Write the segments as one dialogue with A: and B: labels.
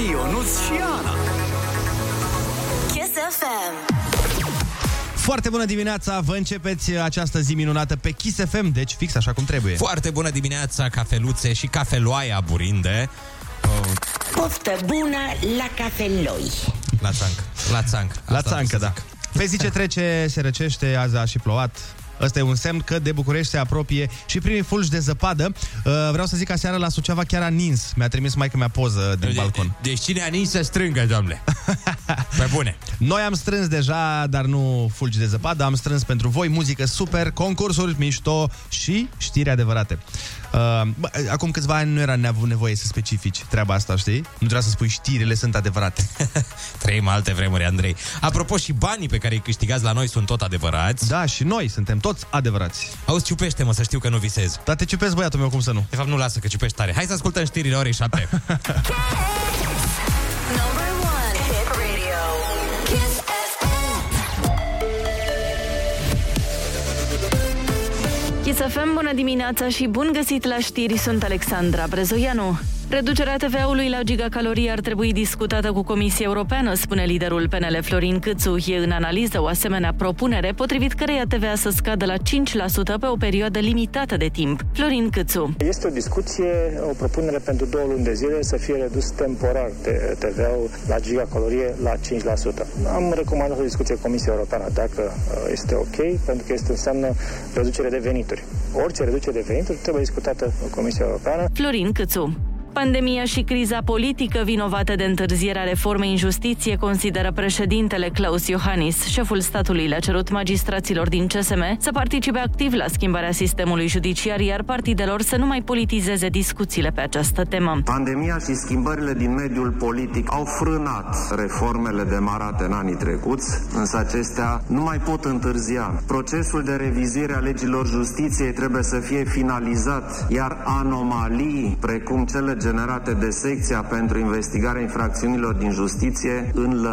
A: și Ana.
B: Kiss FM.
C: Foarte bună dimineața, vă începeți această zi minunată pe Kiss FM, deci fix așa cum trebuie.
D: Foarte bună dimineața, cafeluțe și cafeloaia burinde. Oh,
E: Poftă bună la cafeloi.
D: La țanc, la țanc.
C: La
D: Asta
C: țancă,
D: am să
C: da.
D: zic.
C: Pe zi ce trece, se răcește, azi a și plouat. Ăsta e un semn că de București se apropie și primii fulgi de zăpadă. Uh, Vreau să zic că seara la Suceava chiar a nins. Mi-a trimis maică mea poză din
D: De-
C: balcon.
D: Deci cine a nins să strângă, doamne. Pe bune.
C: Noi am strâns deja, dar nu fulgi de zăpadă, am strâns pentru voi muzică super, concursuri mișto și știri adevărate. Uh, bă, acum câțiva ani nu era neav- nevoie să specifici treaba asta, știi? Nu trebuia să spui știrile sunt adevărate.
D: Trăim alte vremuri, Andrei. Apropo, și banii pe care îi câștigați la noi sunt tot adevărați.
C: Da, și noi suntem toți adevărați.
D: Auzi, ciupește-mă să știu că nu visez.
C: Dar te ciupesc băiatul meu, cum să nu?
D: De fapt, nu lasă că ciupești tare. Hai să ascultăm știrile orei 7.
B: Number one hit radio. Kiss FM.
F: Chisafem, bună dimineața și bun găsit la știri, sunt Alexandra Brezoianu. Reducerea TVA-ului la gigacalorii ar trebui discutată cu Comisia Europeană, spune liderul PNL Florin Câțu. E în analiză o asemenea propunere, potrivit căreia TVA să scadă la 5% pe o perioadă limitată de timp. Florin Câțu.
G: Este o discuție, o propunere pentru două luni de zile să fie redus temporar de TVA-ul la gigacalorie la 5%. Am recomandat o discuție Comisiei Europeană dacă uh, este ok, pentru că este înseamnă reducere de venituri. Orice reducere de venituri trebuie discutată în Comisia Europeană.
F: Florin Câțu. Pandemia și criza politică vinovată de întârzierea reformei în justiție consideră președintele Claus Iohannis. Șeful statului le-a cerut magistraților din CSM să participe activ la schimbarea sistemului judiciar, iar partidelor să nu mai politizeze discuțiile pe această temă.
H: Pandemia și schimbările din mediul politic au frânat reformele demarate în anii trecuți, însă acestea nu mai pot întârzia. Procesul de revizuire a legilor justiției trebuie să fie finalizat, iar anomalii, precum cele generate de secția pentru investigarea infracțiunilor din justiție,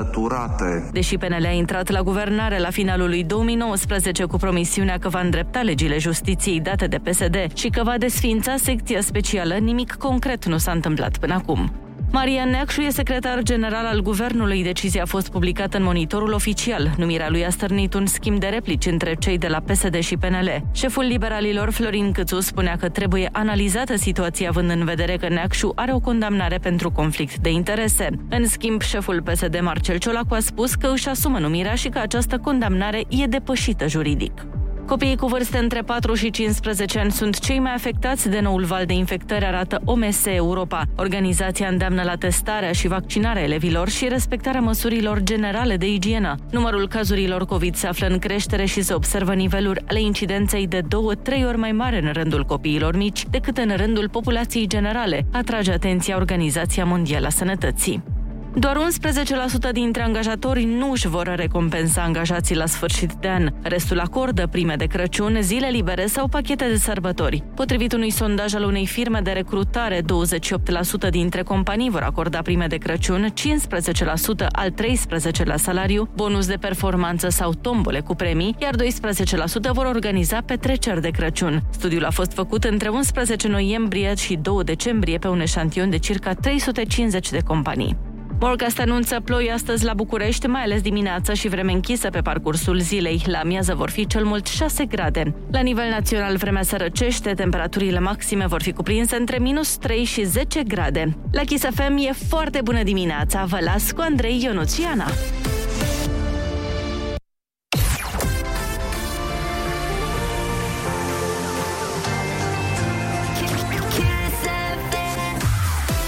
H: înlăturate.
F: Deși PNL a intrat la guvernare la finalul lui 2019 cu promisiunea că va îndrepta legile justiției date de PSD și că va desfința secția specială, nimic concret nu s-a întâmplat până acum. Marian Neacșu e secretar general al guvernului. Decizia a fost publicată în monitorul oficial. Numirea lui a stârnit un schimb de replici între cei de la PSD și PNL. Șeful liberalilor Florin Câțu spunea că trebuie analizată situația având în vedere că Neacșu are o condamnare pentru conflict de interese. În schimb, șeful PSD Marcel Ciolacu a spus că își asumă numirea și că această condamnare e depășită juridic. Copiii cu vârste între 4 și 15 ani sunt cei mai afectați de noul val de infectări, arată OMS Europa. Organizația îndeamnă la testarea și vaccinarea elevilor și respectarea măsurilor generale de igienă. Numărul cazurilor COVID se află în creștere și se observă niveluri ale incidenței de 2-3 ori mai mare în rândul copiilor mici decât în rândul populației generale, atrage atenția Organizația Mondială a Sănătății. Doar 11% dintre angajatori nu își vor recompensa angajații la sfârșit de an. Restul acordă prime de Crăciun, zile libere sau pachete de sărbători. Potrivit unui sondaj al unei firme de recrutare, 28% dintre companii vor acorda prime de Crăciun, 15% al 13% la salariu, bonus de performanță sau tombole cu premii, iar 12% vor organiza petreceri de Crăciun. Studiul a fost făcut între 11 noiembrie și 2 decembrie pe un eșantion de circa 350 de companii. Morgast anunță ploi astăzi la București, mai ales dimineața și vreme închisă pe parcursul zilei. La amiază vor fi cel mult 6 grade. La nivel național, vremea se răcește, temperaturile maxime vor fi cuprinse între minus 3 și 10 grade. La Kiss FM e foarte bună dimineața, vă las cu Andrei Ionuțiana.
B: Kiss FM.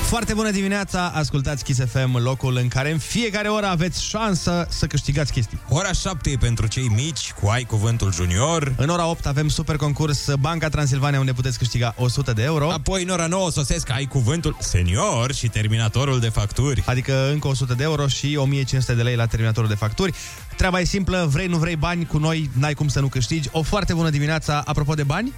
C: Foarte bună dimineața, ascultați Kiss FM, locul în care în fiecare oră aveți șansă să câștigați chestii.
D: Ora 7 e pentru cei mici, cu ai cuvântul junior.
C: În ora 8 avem super concurs Banca Transilvania unde puteți câștiga 100 de euro,
D: Apoi, în ora 9, sosesc ai cuvântul senior și terminatorul de facturi.
C: adică încă 100 de euro și 1500 de lei la terminatorul de facturi. Treaba e simplă, vrei nu vrei bani cu noi, n-ai cum să nu câștigi. O foarte bună dimineața, apropo de bani.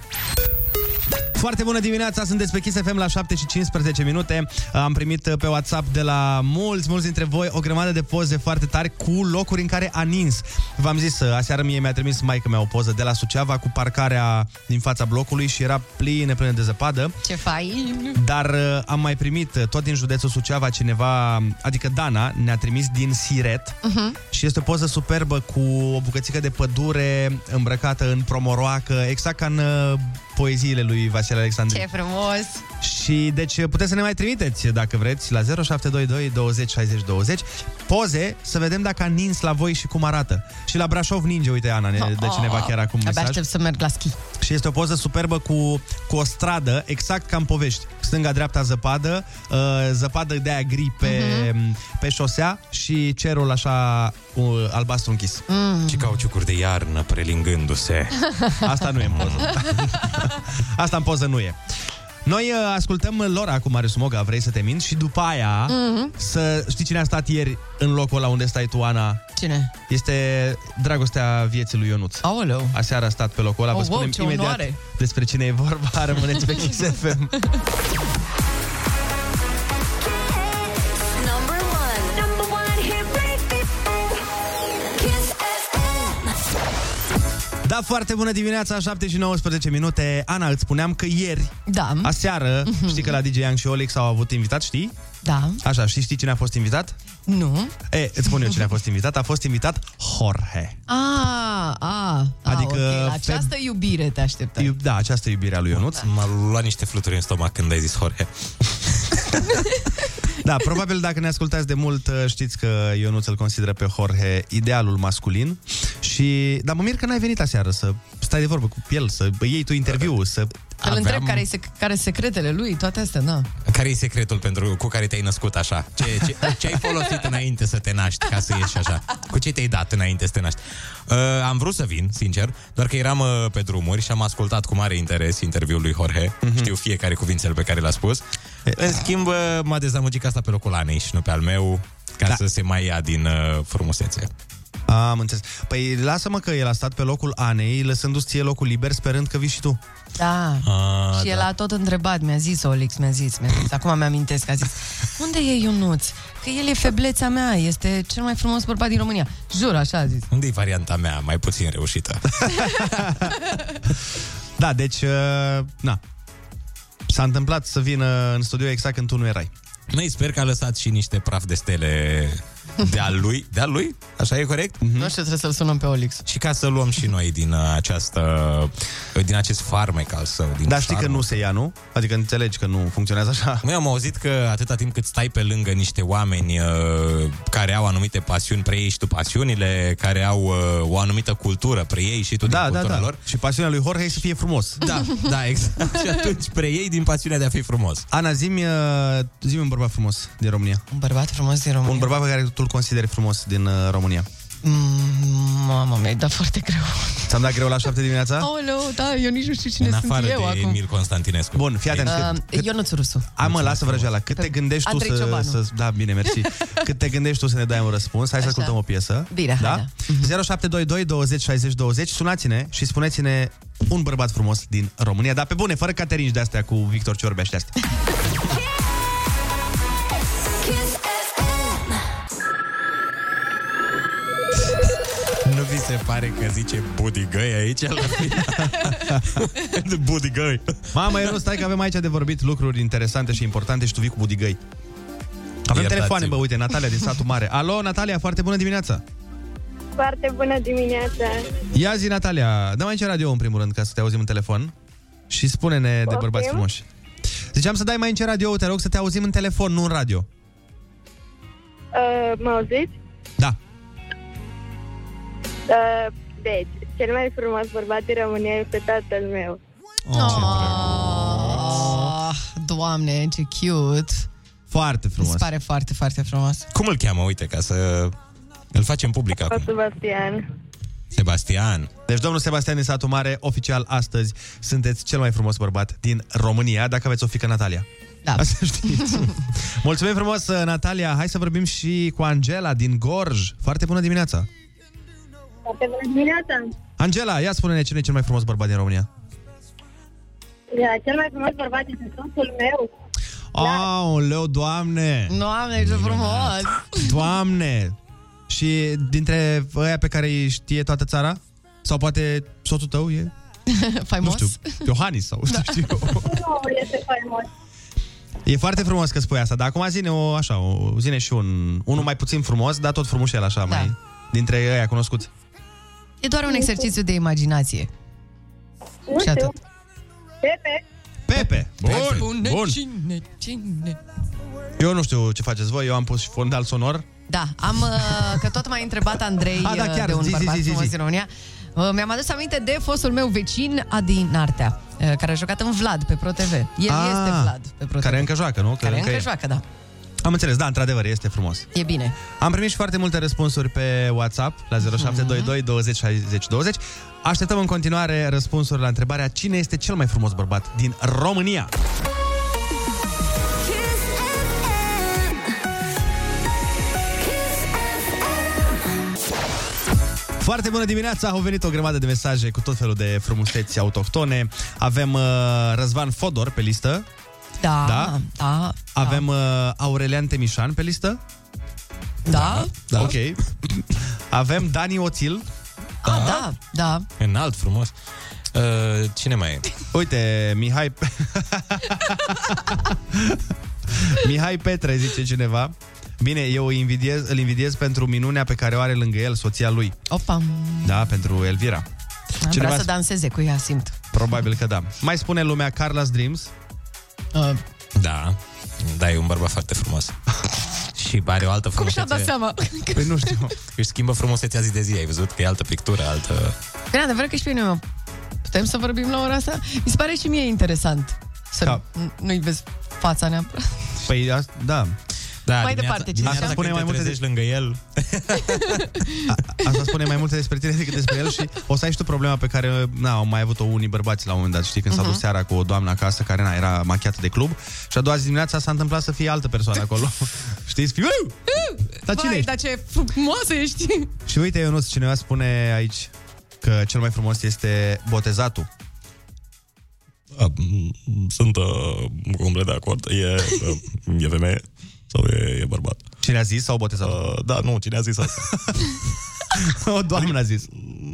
C: Foarte bună dimineața, sunteți pe Kiss FM la 7 și 15 minute. Am primit pe WhatsApp de la mulți, mulți dintre voi o grămadă de poze foarte tari cu locuri în care a nins. V-am zis, aseară mie mi-a trimis maica mea o poză de la Suceava cu parcarea din fața blocului și era plină, plină de zăpadă.
A: Ce fain!
C: Dar uh, am mai primit uh, tot din județul Suceava cineva, adică Dana ne-a trimis din Siret
A: Mhm.
C: uh-huh. și este o poză superbă cu o bucățică de pădure îmbrăcată în promoroacă, exact ca în uh, poeziile lui Vasile Alexandru.
A: Ce frumos!
C: Și deci puteți să ne mai trimiteți, dacă vreți, la 0722 20 60 20 poze să vedem dacă a nins la voi și cum arată. Și la Brașov ninge, uite Ana, ne dă
A: Oh.
C: cineva chiar acum un
A: Abia
C: mesaj.
A: aștept să merg la schi.
C: Și este o poză superbă cu, cu o stradă, exact ca în povești. Stânga-dreapta zăpadă, uh, zăpadă de aia gri pe,
A: Mhm.
C: uh-huh. pe șosea și cerul așa uh, albastru închis.
A: Mm.
D: Și cauciucuri de iarnă prelingându-se.
C: Asta nu e în poză. Asta în poză nu e. Noi uh, ascultăm Lora cu Marius Moga, vrei să te mint? Și după aia,
A: Mm. Mhm.
C: mm-hmm. să știi cine a stat ieri în locul ăla unde stai tu, Ana?
A: Cine?
C: Este dragostea vieții lui Ionuț.
A: Aoleu!
C: Aseară a stat pe locul ăla, vă
A: Oh, wow,
C: spunem
A: ce
C: imediat
A: onoare!
C: despre cine e vorba, rămâneți pe Kiss FM.
B: Number one. Number one hit radio. Kiss FM.
C: Da, foarte bună dimineața, 7 și 19 minute. Ana, îți spuneam că ieri,
A: Da,
C: aseară, știi că la DJ Young și Olix au avut invitat, știi?
A: da,
C: Așa, și știi cine a fost invitat?
A: nu.
C: E, îți spun eu cine a fost invitat. A fost invitat Jorge.
A: A, a,
C: Adică
A: adică okay. la
C: feb-
A: această iubire te așteptai.
C: Iu- da, această iubire a lui Ionuț.
D: M-a luat niște fluturi în stomac când ai zis Jorge.
C: Da, probabil dacă ne ascultați de mult, uh, știți că Ionuț îl consideră pe Jorge idealul masculin. Și, dar mă mir că n-ai venit aseară să stai de vorbă cu el, să iei tu interviu, să...
A: Îl întreb care sec- care secretele lui, toate astea, da. na.
D: Care e secretul pentru, cu care te-ai născut așa? Ce, ce, ce ai folosit înainte să te naști ca să ieși așa? Cu ce te-ai dat înainte să te naști? Uh, am vrut să vin, sincer, doar că eram uh, pe drumuri și am ascultat cu mare interes interviul lui Jorge. Știu fiecare cuvințel pe care l-a spus. În schimb, uh, m-a dezamăgit asta pe locul Anei și nu pe al meu, ca
C: Da.
D: da. să se mai ia din uh, frumusețe.
C: Am înțeles. Păi lasă-mă că el a stat pe locul Anei, lăsându-ți ție locul liber, sperând că vii și tu.
A: Da.
D: Ah,
A: și el a tot întrebat, mi-a zis Olix, mi-a zis, mi-a zis. Acum mi-amintesc, a zis, unde e Ionuț? Că el e feblețea mea, este cel mai frumos bărbat din România. Jur, așa a zis.
D: Unde e varianta mea mai puțin reușită?
C: Da, deci, uh, na. S-a întâmplat să vină în studio exact când tu nu erai.
D: Noi sper că a lăsat și niște praf de stele de-a lui. De-a lui? Așa e corect?
C: Mhm.
A: Nu știu, trebuie să-l sunăm pe Olix.
D: Și ca să luăm și noi din uh, această uh, din acest farmec al său, din
C: Dar știi că
D: șarmul.
C: nu se ia, nu? Adică înțelegi că nu funcționează așa.
D: Noi am auzit că atâta timp cât stai pe lângă niște oameni uh, care au anumite pasiuni, preiei și tu pasiunile, care au uh, o anumită cultură, preiei și tu
C: Da,
D: din
C: da,
D: cultura
C: da.
D: lor.
C: Și pasiunea lui Jorge e să fie frumos.
D: Da, da, exact. și atunci preiei din pasiunea de a fi frumos.
C: Ana, zi-mi, uh, zi-mi un bărbat frumos din România.
A: Un bărbat frumos din România.
C: Un bărbat pe care tu îl consideri frumos din uh, România.
A: Mm, mamă, mi-ai dat foarte greu.
C: Ți-am dat greu la șapte dimineața?
A: Aoleu, da, eu nici nu știu cine
D: În
A: sunt
D: afară
A: eu
D: de
A: acum.
D: Emil Constantinescu.
C: Bun, fii atent.
A: Uh,
C: Cât, cât,
A: Ionuț Rusu.
C: hai mă, lasă vrăjeala. Cât te gândești tu
A: Andrei
C: să,
A: Ciobanu.
C: să... Da, bine, mersi. Cât te gândești tu să ne dai un răspuns? Hai să
A: Așa.
C: ascultăm o piesă.
A: Bine, hai,
C: da?
A: da.
C: 0722 20 60 20. Sunați-ne și spuneți-ne un bărbat frumos din România. Dar pe bune, fără caterinci de-astea cu Victor Ciorbea și de-astea.
B: Kiss FM.
D: Nu vi se pare că zice budigăi aici? la final? budigăi.
C: Mamă, eu nu stai că avem aici de vorbit lucruri interesante și importante și tu vii cu budigăi. Avem
D: Iertați-mă.
C: telefoane, bă, uite, Natalia din satul mare. Alo, Natalia, foarte bună dimineața!
I: Foarte bună dimineața!
C: Ia zi, Natalia, dă mai ce radio în primul rând ca să te auzim în telefon și spune-ne de bărbați
I: Poftim?
C: frumoși. Ziceam să dai mai în radio, te rog să te auzim în telefon, nu în radio.
I: Uh, mă auziți?
C: Da.
I: Uh, deci, cel mai frumos bărbat din România este tatăl meu.
C: Oh,
A: Ah, doamne, ce cute.
C: Foarte
A: Mi
C: frumos.
A: se pare foarte, foarte frumos.
D: Cum îl cheamă? Uite, ca să îl facem public
I: O,
D: acum.
I: Sebastian.
D: Sebastian.
C: Deci, domnul Sebastian din satul mare, oficial astăzi sunteți cel mai frumos bărbat din România, dacă aveți o fică Natalia.
A: Da.
C: Asta știți. Mulțumim frumos, Natalia. Hai să vorbim și cu Angela din Gorj. Foarte bună dimineața.
I: Foarte bună dimineața!
C: Angela, ia spune-ne cine e cel mai frumos bărbat din România.
I: Cel mai frumos bărbat este soțul meu.
C: Aoleu, doamne!
A: Doamne, ce frumos!
C: Doamne! Și dintre ăia pe care îi știe toată țara? Sau poate soțul tău e, nu
A: Faimos?
C: știu, Iohannis sau da. știu eu.
I: Nu, este faimos.
C: E foarte frumos că spui asta, dar acum zine o, așa, o, zine și un, unul mai puțin frumos, dar tot frumușel așa, da. mai dintre ăia cunoscuți.
A: E doar un exercițiu de imaginație.
I: Nu
A: Și
I: știu.
A: atât.
I: Pepe,
C: Pepe! Bun,
A: Spune
C: bun!
A: cine, cine...
C: Eu nu știu ce faceți voi, eu am pus și fondal sonor.
A: Da, am, uh, că tot m-a întrebat Andrei
C: A, da,
A: uh,
C: chiar,
A: de un
C: zi, zi,
A: bărbat
C: zi, zi,
A: frumos
C: zi.
A: din România. Uh, Mi-am adus aminte de fostul meu vecin, Adi Nartea, uh, care a jucat în Vlad pe ProTV. El
C: Ah,
A: este Vlad pe ProTV.
C: Care încă joacă, nu? Că
A: care încă
C: e.
A: joacă, da.
C: Am înțeles, da, într-adevăr, este frumos.
A: E bine.
C: Am primit și foarte multe răspunsuri pe WhatsApp la 0722 20 60 20. Așteptăm în continuare răspunsuri la întrebarea cine este cel mai frumos bărbat din România.
B: Kiss FM. Kiss
C: Foarte bună dimineața! Au venit o grămadă de mesaje cu tot felul de frumuseți autohtone. Avem uh, Răzvan Fodor pe listă,
A: Da,
C: Da?
A: da, da.
C: avem uh, Aurelian Temișan pe listă,
A: Da?
D: Da.
C: ok. avem Dani Oțil.
A: Da, ah, da, da.
D: Înalt, frumos. Uh, cine mai e?
C: Uite, Mihai... Mihai Petre, zice cineva. Bine, eu îi invidiez, îl invidiez pentru minunea pe care o are lângă el soția lui.
A: Opa, am
C: Da, pentru Elvira.
A: vrea
C: Cineva-
A: să danseze cu ea, simt.
C: Probabil că da. Mai spune lumea Carla's Dreams.
A: Uh,
C: Ah,
D: Da. Da, e un bărbat foarte frumos. și are o altă
A: cum și-a
D: frumusețe.
A: dat seama?
C: Păi nu știu.
D: Își schimbă frumusețea zi de zi, ai văzut că e altă pictură, altă...
A: În adevăr că și pe mine Putem să vorbim la ora asta? Mi se pare și mie interesant să
C: Da.
A: nu- nu-i vezi fața neapărat.
C: Păi, asta- da.
D: Da,
A: Mai departe, cine
D: dimineața
C: știe?
D: când
C: Spune mai
D: te
C: multe
D: trezești lângă el,
C: Asta spune mai multe despre tine decât despre el și o să ai și tu problema pe care na, au mai avut-o unii bărbați la un moment dat, știi, când s-a
A: Mhm.
C: dus seara cu o doamnă acasă care na, era machiată de club și a doua zi dimineața s-a întâmplat să fie altă persoană acolo. știi, să fii, "Uiu! Dar cine
A: Vai,
C: ești?
A: dar ce frumoasă ești!
C: Și uite, Ionuț, cineva spune aici că cel mai frumos este botezatul.
D: Sunt uh, complet de acord. E, uh, e femeie sau e, e bărbat?
C: Cine a zis sau botezatul?
D: Uh, da, nu, cine a zis asta? Mm,
C: o doamnă a zis.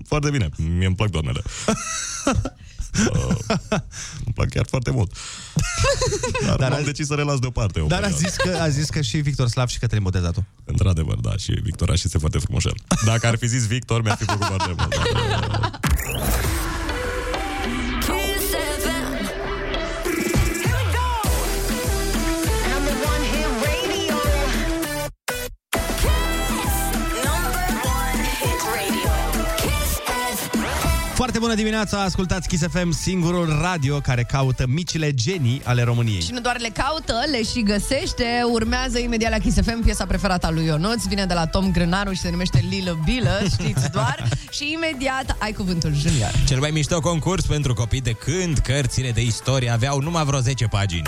D: Foarte bine, mie îmi plac doamnele. Uh, îmi plac chiar foarte mult. Dar,
C: Dar
D: Dar am
C: a-
D: decis să relas deoparte o
C: Dar a
D: perioadă.
C: zis, că, a zis că și Victor Slav și Cătălin botezatul.
D: Într-adevăr, da, și Victor și este foarte frumos. Dacă ar fi zis Victor, mi-ar fi plăcut foarte mult. Dar, uh,
B: Kiss FM. Here we go. Number one hit radio. Kiss. Number one hit radio. Kiss FM.
C: Foarte bună dimineața, ascultați Kiss FM, singurul radio care caută micile genii ale României.
A: Și nu doar le caută, le și găsește. Urmează imediat la Kiss FM piesa preferată a lui Ionuț. Vine de la Tom Grânaru și se numește Lilă Bilă, știți doar. și imediat ai cuvântul junior.
D: Cel mai mișto concurs pentru copii de când cărțile de istorie aveau numai vreo 10 pagini.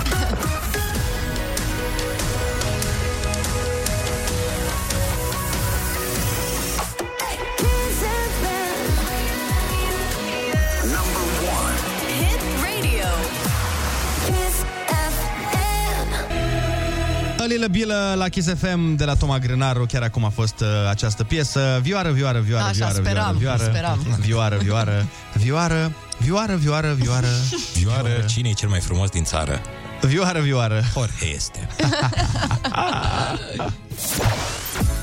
B: Kiss FM. Number one hit radio. Kiss FM.
C: Alilă Bilă la Kiss FM de la Toma Grânaru, chiar acum a fost uh, această piesă. Vioară, vioară, vioară,
A: Așa,
C: vioară,
A: speram,
C: vioară,
A: speram.
C: vioară, vioară, vioară, vioară, vioară, vioară,
D: Vioară, cine e cel mai frumos din țară?
C: vioară, vioară.
D: Jorge este.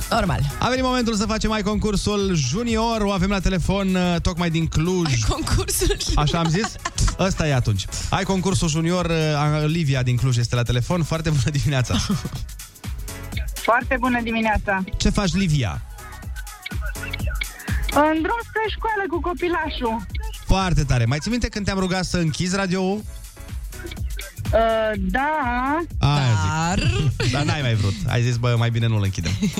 A: Normal.
C: A venit momentul să facem mai concursul junior, o avem la telefon uh, tocmai din Cluj.
A: Concursul
C: Așa am zis? Ăsta e atunci. Ai concursul junior, uh, Livia din Cluj este la telefon. Foarte bună dimineața!
J: Foarte bună dimineața!
C: Ce faci, Livia?
J: În drum spre școală cu copilașul.
C: Foarte tare. Mai ții minte când te-am rugat să închizi radio-ul?
J: Uh, da,
C: Aia zic.
A: Dar...
C: Dar n-ai mai vrut. Ai zis, bă, mai bine nu-l închidem.
J: uh,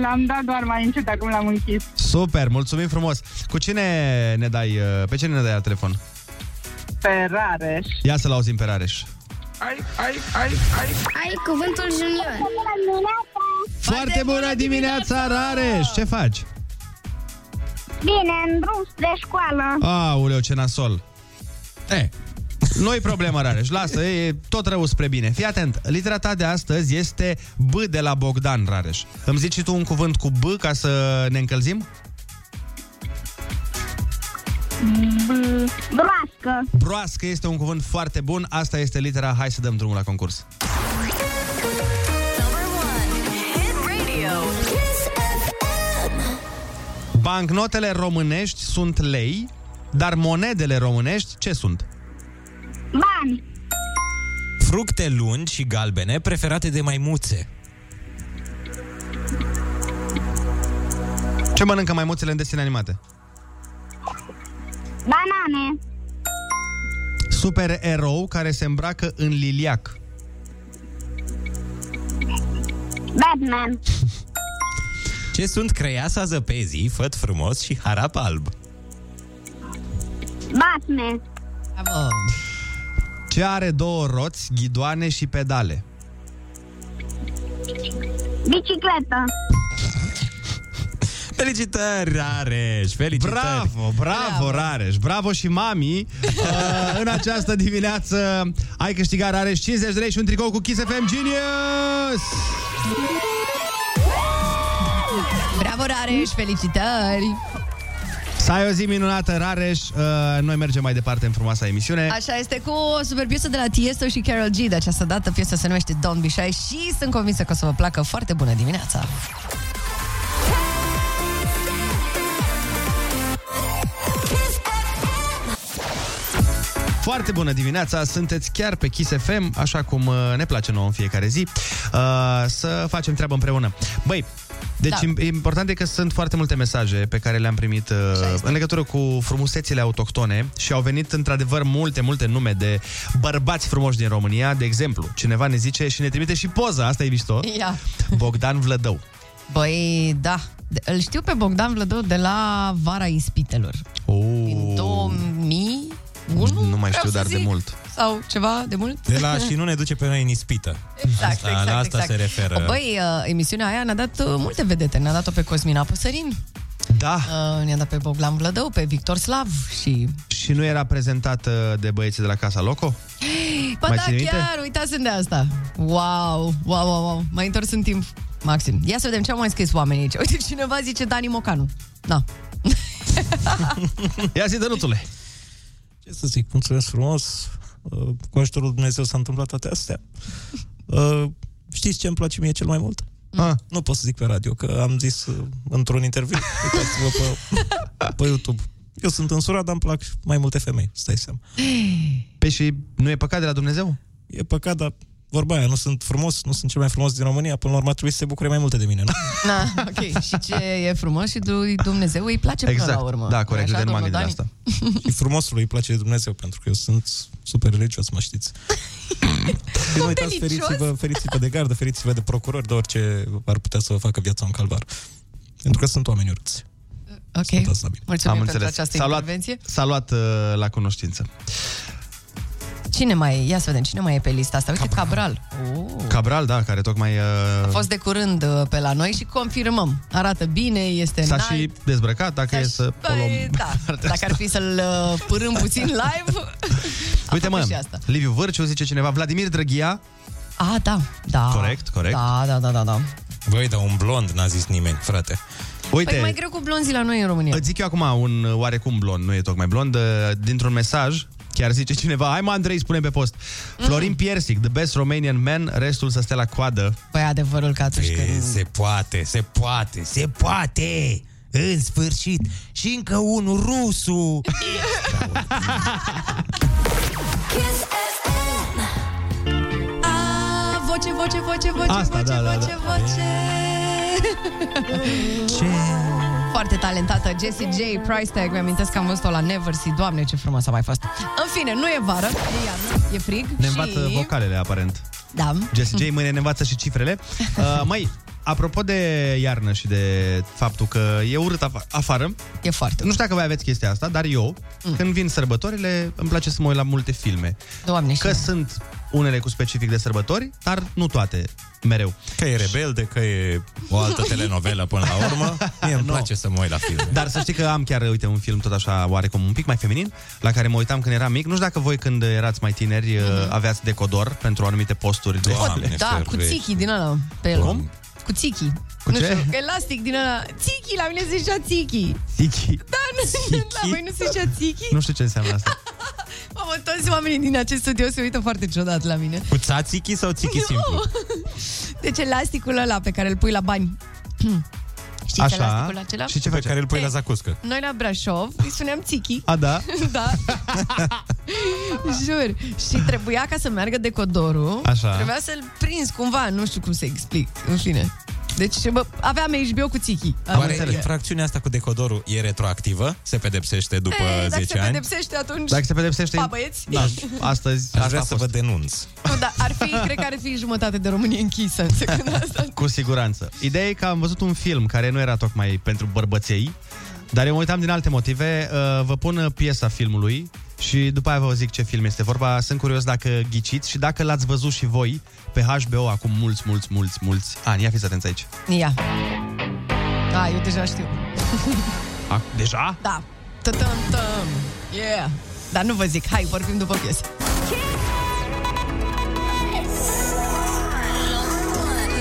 J: l-am dat doar mai încet, acum l-am închis.
C: Super, mulțumim frumos. Cu cine ne dai, uh, pe cine ne dai la telefon?
J: Pe Rareș.
C: Ia să-l auzim pe Rareș.
I: Ai cuvântul junior.
C: Foarte bună dimineața, Rareș! Ce faci?
K: Bine, în drum spre școală.
C: Aoleu, ce nasol. E, nu-i problemă, Rareș, lasă, e tot rău spre bine. Fii atent, litera ta de astăzi este B de la Bogdan, Rareș. Îmi zici și tu un cuvânt cu B ca să ne încălzim?
K: B- broască.
C: Broască este un cuvânt foarte bun, asta este litera, hai să dăm drumul la concurs. Bancnotele românești sunt lei, dar monedele românești ce sunt?
K: Bani.
D: Fructe lungi și galbene preferate de maimuțe.
C: Ce mănâncă maimuțele în desene animate?
K: Banane.
C: Super erou care se îmbracă în liliac.
K: Batman.
D: Ce sunt creiasa zăpezii, făt frumos și harap alb?
K: Batman.
A: Bravo.
C: Ce are două roți, ghidoane și pedale?
K: Bicicletă.
D: Felicitări, Rareș! Felicitări!
C: Bravo, bravo, Rareș! Bravo și mami! Uh, în această dimineață ai câștigat, Rareș, 50 de lei și un tricou cu Kiss FM Genius!
A: Bravo, Rareș, felicitări!
C: Să ai o zi minunată, Rareș! Uh, noi mergem mai departe în frumoasa emisiune.
A: Așa este cu o super piesă de la Tiesto și Carol G. De această dată piesa se numește Don't Be Shy și sunt convinsă că o să vă placă foarte bună dimineața.
C: Foarte bună dimineața, sunteți chiar pe Kiss FM, așa cum uh, ne place nouă în fiecare zi, uh, să facem treabă împreună. Băi, deci
A: Da.
C: da. important e că sunt foarte multe mesaje pe care le-am primit uh, în legătură cu frumusețile autohtone și au venit într-adevăr multe, multe nume de bărbați frumoși din România. De exemplu, cineva ne zice și ne trimite și poza, asta e mișto,
A: Ia.
C: Bogdan Vlădău.
A: Băi, da, de- îl știu pe Bogdan Vlădău de la Vara Ispitelor.
C: Oh,
A: 2001?
D: Nu mai
A: vreau
D: știu,
A: să
D: dar de
A: zic.
D: mult.
A: Sau ceva de mult?
D: De la și nu ne duce pe noi în ispită.
A: Exact,
D: asta,
A: exact,
D: la asta
A: exact.
D: se referă.
A: Băi, uh, emisiunea aia ne-a dat uh, multe vedete. Ne-a dat-o pe Cosmina Păsărin.
C: Da.
A: Uh, ne-a dat pe Bogdan Vlădău, pe Victor Slav și...
C: Și nu era prezentată de băieții de la Casa Loco?
A: Ba
C: Mai
A: da,
C: ții minte?
A: chiar, uitați de asta. Wow, wow, wow, wow. Mai întors în timp. Maxim. Ia să vedem ce au mai scris oamenii aici. Uite, cineva zice Dani Mocanu. Da.
C: Ia zi, Dănuțule!
D: Ce să zic, mulțumesc frumos. Uh, Cu ajutorul Dumnezeu s-a întâmplat toate astea. Uh, Știți ce îmi place mie cel mai mult?
C: Ah.
D: Nu pot să zic pe radio, că am zis uh, într-un interviu, uitați-vă pe, pe YouTube. Eu sunt însurat, dar îmi plac mai multe femei, stai seama.
C: Pe și nu e păcat de la Dumnezeu?
D: E păcat, dar vorba aia, nu sunt frumos, nu sunt cel mai frumos din România, până la urmă ar trebui să se bucure mai multe de mine, nu?
A: Na, Da. ok. Și ce e frumos și lui Dumnezeu îi place
D: Exact.
C: Exact.
A: până la urmă.
C: Da,
D: Da,
A: Nu-i așa, domnul Dani?
D: Și frumosului îi place de Dumnezeu, pentru că eu sunt super religios, mă știți. Și nu uitați,
A: religios?
D: feriți-vă, feriți-vă de gardă, feriți-vă de procurori, de orice ar putea să vă facă viața un calvar. Pentru că sunt oameni urâți.
A: Ok.
D: Asta bine.
A: Mulțumim pentru această
C: s-a luat,
A: intervenție.
C: S-a luat uh, la cunoștință.
A: Cine mai e? Ia să vedem, cine mai e pe lista asta? Uite, Cabral. Oh.
C: Cabral, da, care tocmai
A: A
C: uh,
A: fost de curând uh, pe la noi și confirmăm. Arată bine, este
C: s-a
A: înalt.
C: și dezbrăcat, dacă e să o luăm.
A: Deci, Băi, da, dacă ar fi să-l uh, pârâm puțin live...
C: Uite,
A: făcut și
C: mă,
A: asta.
C: Liviu Vârciu zice cineva, Vladimir Drăghia,
A: A, da, da.
D: Corect, corect.
A: Da, da, da, da. da.
D: Băi, dar un blond n-a zis nimeni, frate.
A: Uite. Păi e mai greu cu blonzii la noi în România.
C: Îți zic eu acum un uh, oarecum blond, nu e tocmai blond, uh, dintr-un mesaj, chiar zice cineva, hai mă Andrei, spune pe post.
A: Mm.
C: Florin Piersic, the best Romanian man, restul să stea la coadă.
A: Păi adevărul că atunci
D: E, se poate, se poate, se poate! În sfârșit! Și încă unul, rusu!
A: A, voce, voce, voce, voce,
B: Asta,
A: voce,
B: da, da,
A: voce,
B: da.
A: voce. Ce? Foarte talentată, Jessie J. Price Tag. Mi-amintesc că am văzut-o la Never See. Doamne, ce frumos a mai fost. În fine, nu e vară, e iarnă, e frig.
C: Ne
A: și...
C: învață vocalele, aparent.
A: Da.
C: Jessie J mâine ne învață și cifrele. Uh, măi, Apropo de iarnă și de faptul că e urât afa- afară,
A: e foarte
C: nu știu dacă voi aveți chestia asta, dar eu, mm. când vin sărbătorile, îmi place să mă uit la multe filme.
A: Doamne,
C: că sunt unele cu specific de sărbători, dar nu toate, mereu.
D: Că e rebelde, că e o altă telenovelă până la urmă. Mie îmi place să mă uit la filme.
C: Dar să știi că am chiar, uite, un film tot așa oarecum un pic mai feminin, la care mă uitam când eram mic. Nu știu dacă voi când erați mai tineri mm-hmm. aveați decodor pentru anumite posturi. De...
A: Pot, da, cu țichii din ăla pe el. Cum? Cu țichii.
C: Cu
A: nu
C: ce?
A: știu, că elastic din ăla. Țichii, la mine se zicea țichii.
C: Țichii.
A: Da, nu, la voi nu se zicea țichii?
C: Nu știu ce înseamnă asta.
A: Mamă, toți oamenii din acest studio se uită foarte ciudat la mine.
D: Cu țațichi sau țichi simplu?
A: Deci elasticul ăla pe care îl pui la bani. Știți elasticul acela?
D: Și ce Pe care îl pui la zacuscă.
A: Noi la Brașov îi spuneam țichi.
C: A, da?
A: da. Jur. Și trebuia ca să meargă decodorul.
B: Așa.
A: Trebuia să-l prinzi cumva, nu știu cum să explic. În fine. Deci bă, aveam HBO cu țichi.
D: Oare infracțiunea asta cu decodorul e retroactivă? Se pedepsește după
A: Ei,
D: 10
A: Eh, dacă se
D: ani?
A: pedepsește atunci...
D: Dacă se pedepsește-
A: Pa, băieți?
D: Da.
C: Astăzi
D: Aș vrea să vă denunț.
A: Nu, dar ar fi, cred că ar fi jumătate de România închisă în secunda asta.
C: Cu siguranță. Ideea e că am văzut un film care nu era tocmai pentru bărbăței, dar eu mă uitam din alte motive. Uh, Vă pun uh, piesa filmului și după aia vă zic ce film este vorba. Sunt curios dacă ghiciți și dacă l-ați văzut și voi pe HBO acum mulți, mulți, mulți, mulți ani. Ia fiți atenți aici.
A: Ia. Da, eu deja știu.
C: Ac- deja?
A: Da. Tătăm, tăm. Yeah. Dar nu vă zic. Hai, vorbim după piesă.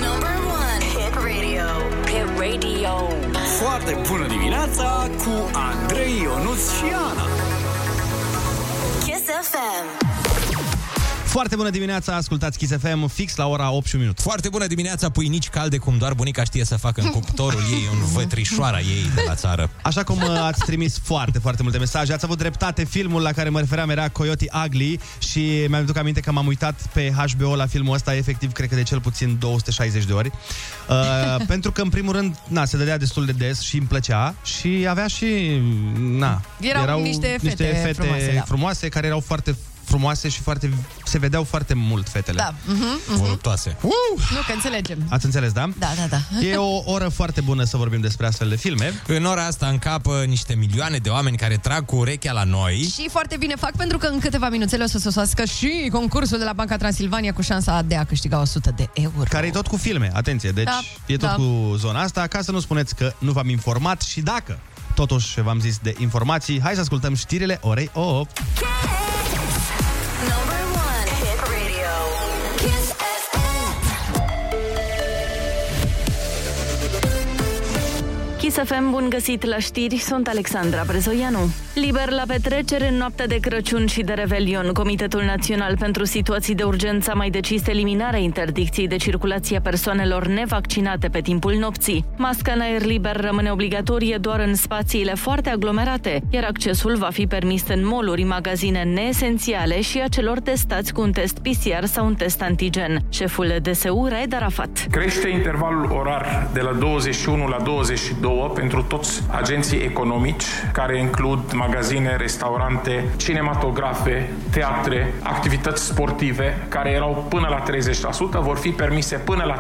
B: Number one hit radio. Hit radio.
L: Foarte bună dimineața cu Andrei Ionuț și Ana.
B: Kiss FM.
C: Foarte bună dimineața, ascultați Kiss FM fix la ora 8 și un minut.
D: Foarte bună dimineața, pâinici calde cum doar bunica știe să facă în cuptorul ei, în vătrișoara ei de la țară.
C: Așa cum uh, ați trimis foarte, foarte multe mesaje, ați avut dreptate. Filmul la care mă refeream era Coyote Ugly și mi-am aduc aminte că m-am uitat pe HBO la filmul ăsta, efectiv, cred că de cel puțin 260 de ori. Uh, pentru că, în primul rând, na, se dădea destul de des și îmi plăcea și avea și... Na,
A: Erau niște fete frumoase, da.
C: frumoase care erau foarte frumoase și foarte se vedeau foarte mult fetele.
A: Da. Mhm, mhm.
C: Voluptoase. Uh!
A: Nu, că înțelegem.
C: Ați înțeles, da?
A: Da, da, da.
C: E o oră foarte bună să vorbim despre astfel de filme.
D: În ora asta încapă niște milioane de oameni care trag cu urechea la noi.
A: Și foarte bine fac pentru că în câteva minuțele o să sosească și concursul de la Banca Transilvania cu șansa de a câștiga 100 de euro.
C: Care e tot cu filme, atenție, deci
A: Da,
C: da, e tot
A: da.
C: da. cu zona asta, ca să nu spuneți că nu v-am informat și dacă totuși v-am zis de informații, hai să ascultăm știrile orei 8.
B: Number one hit radio. Kiss FM.
F: Kiss FM, bun găsit la știri, sunt Alexandra Brezoianu. Liber la petrecere în noaptea de Crăciun și de Revelion, Comitetul Național pentru Situații de Urgență a mai decis eliminarea interdicției de circulație a persoanelor nevaccinate pe timpul nopții. Masca în aer liber rămâne obligatorie doar în spațiile foarte aglomerate, iar accesul va fi permis în moluri, magazine neesențiale și a celor testați cu un test PCR sau un test antigen. Șeful DSU, Raed Arafat.
M: Crește intervalul orar de la 21 la 22 pentru toți agenții economici, care includ magazine, restaurante, cinematografe, teatre, activități sportive, care erau până la 30%, vor fi permise până la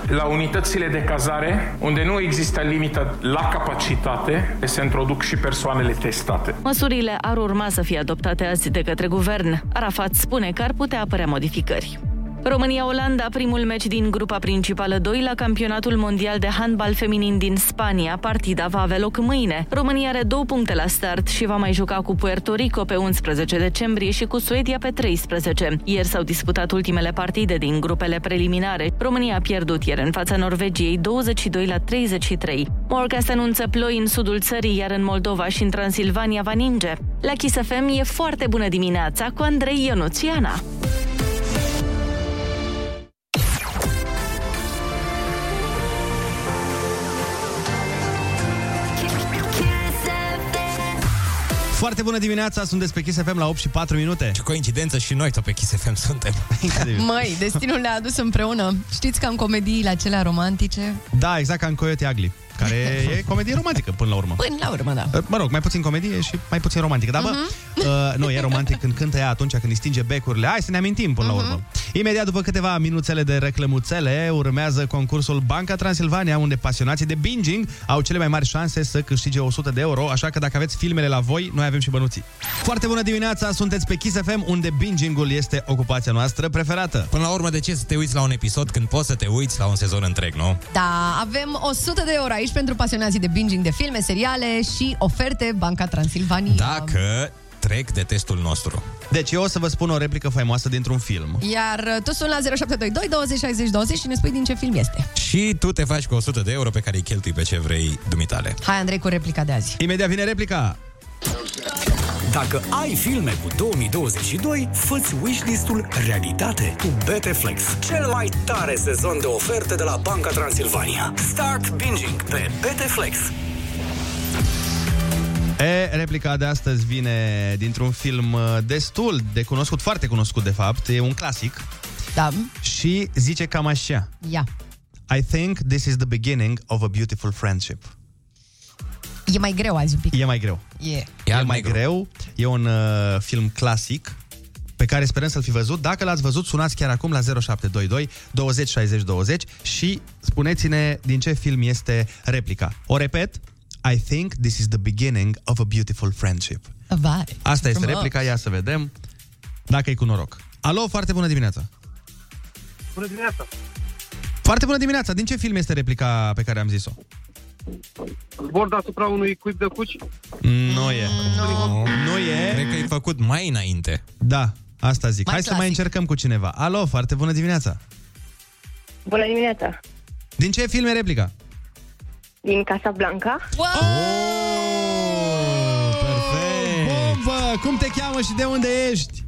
M: 50% la unitățile de cazare, unde nu există limită la capacitate, se introduc și persoanele testate.
F: Măsurile ar urma să fie adoptate azi de către guvern. Arafat spune că ar putea apărea modificări. România-Olanda, primul meci din grupa principală 2 la campionatul mondial de handbal feminin din Spania. Partida va avea loc mâine. România are două puncte la start și va mai juca cu Puerto Rico pe 11 decembrie și cu Suedia pe 13. Ieri s-au disputat ultimele partide din grupele preliminare. România a pierdut ieri în fața Norvegiei 22 la 33. Morcast anunță ploi în sudul țării, iar în Moldova și în Transilvania va ninge. La Kiss FM e foarte bună dimineața cu Andrei Ionuțiana.
C: Foarte bună dimineața, sunt pe Kiss FM la 8 și 4 minute. Ce
D: coincidență și noi tot pe Kiss FM suntem.
A: Măi, destinul le-a adus împreună. Știți că în comediile acelea romantice...
C: Da, exact ca în Coyote Ugly, care e comedie romantică până la urmă.
A: Până la urmă, da.
C: Uh, Mă rog, mai puțin da, comedie și mai puțin romantică. Dar, bă, uh-huh. uh, nu, e romantic când cântă ea atunci când îi stinge becurile. Hai să ne amintim până uh-huh. la urmă. Imediat după câteva minuțele de reclămuțele, urmează concursul Banca Transilvania, unde pasionații de binging au cele mai mari șanse să câștige 100 de euro, așa că dacă aveți filmele la voi, noi avem și bănuții. Foarte bună dimineața, sunteți pe Kiss FM, unde bingingul este ocupația noastră preferată.
D: Până la urmă, de ce să te uiți la un episod când poți să te uiți la un sezon întreg, nu?
A: Da, avem 100 de euro aici pentru pasionații de binging de filme, seriale și oferte Banca Transilvania.
D: Dacă trec de testul nostru.
C: Deci eu o să vă spun o replică faimoasă dintr-un film.
A: Iar uh, tu suni la 0722 20 60 20 și ne spui din ce film este.
D: Și tu te faci cu 100 de euro pe care îi cheltui pe ce vrei dumitale.
A: Hai, Andrei, cu replica de azi.
C: Imediat vine replica.
L: Dacă ai filme cu 2022, fă-ți wishlist-ul realitate cu Beteflex. Cel mai tare sezon de oferte de la Banca Transilvania. Start binging pe Beteflex.
C: E, replica de astăzi vine dintr-un film uh, destul de cunoscut, foarte cunoscut de fapt, e un clasic.
A: Da.
C: Și zice cam așa.
A: Ia.
C: I think this is the beginning of a beautiful friendship.
A: E mai greu azi un pic.
C: E mai greu.
A: E.
C: E al mai greu. E un uh, film clasic pe care sperăm să-l fi văzut. Dacă l-ați văzut, sunați chiar acum la 0722 20 60 20 și spuneți-ne din ce film este replica. O repet, I think this is the beginning of a beautiful friendship.
A: Vai.
C: Asta este
A: Frumos.
C: replica, ia să vedem dacă e cu noroc. Alo, foarte bună dimineața!
N: Bună dimineața!
C: Foarte bună dimineața! Din ce film este replica pe care am zis-o?
N: Zbor deasupra unui cuib de cuci?
C: Nu e.
D: Nu,
C: nu e.
D: Cred că e făcut mai înainte.
C: Da, asta zic.
D: Mai
C: Hai să mai
D: clasic.
C: încercăm cu cineva. Alo, foarte bună dimineața!
I: Bună dimineața!
C: Din ce film e replica?
I: Din Casa Blanca.
C: Bombă! Cum te cheamă și de unde ești?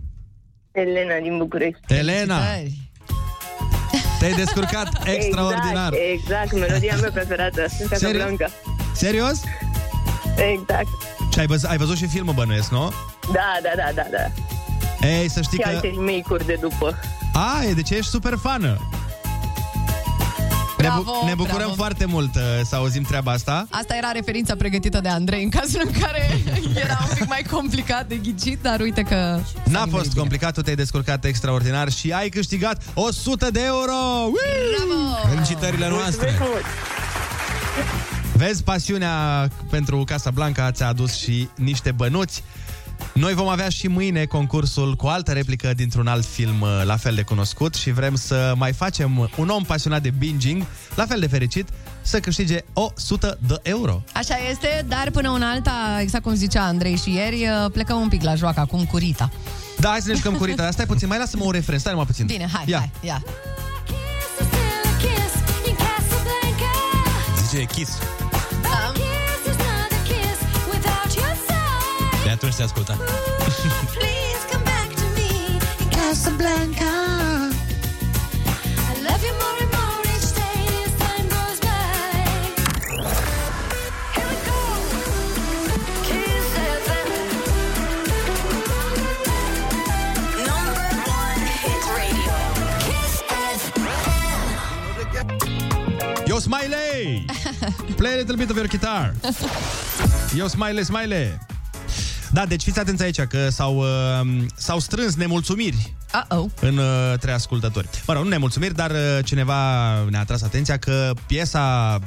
I: Elena din București.
C: Elena! Te-ai descurcat extraordinar!
I: Exact, exact, melodia mea preferată. Din Casa
C: Serios?
I: Blanca.
C: Serios?
I: Exact.
C: Și ai, văz- ai văzut și filmul bănuiesc, nu?
I: Da, da, da, da, da.
C: Ei, să știi
I: și
C: că...
I: alte remake-uri de după.
C: A, e, deci ești super fană! Ne,
A: Bravo,
C: bu- ne bucurăm
A: bravo.
C: foarte mult uh, să auzim treaba asta.
A: Asta era referința pregătită de Andrei în cazul în care era un pic mai complicat de ghicit, dar uite că...
C: N-a fost complicat, tu te-ai descurcat extraordinar și ai câștigat 100 de euro! Bravo!
D: Felicitările noastre!
C: Vezi, pasiunea pentru Casa Blanca ți-a adus și niște bănuți. Noi vom avea și mâine concursul cu o altă replică dintr-un alt film uh, la fel de cunoscut și vrem să mai facem un om pasionat de binging, la fel de fericit, să câștige 100 de euro.
A: Așa este, dar până una alta, exact cum zicea Andrei și ieri, plecăm un pic la joacă acum cu Rita.
C: Da, hai să ne jucăm cu Rita, dar stai puțin, mai lasă-mă un refren, stai numai puțin.
A: Bine, hai,
C: Ia.
A: hai, ia.
D: Zice Kiss. De atunci te asculta.
C: Yo, Smiley! Play a little bit of your guitar! Yo, Smiley, Smiley! Da, deci fiți atenți aici că s-au, uh, s-au strâns nemulțumiri
A: Uh-oh.
C: în uh, trei ascultători. Mă rog, nu nemulțumiri, dar uh, cineva ne-a atras atenția că piesa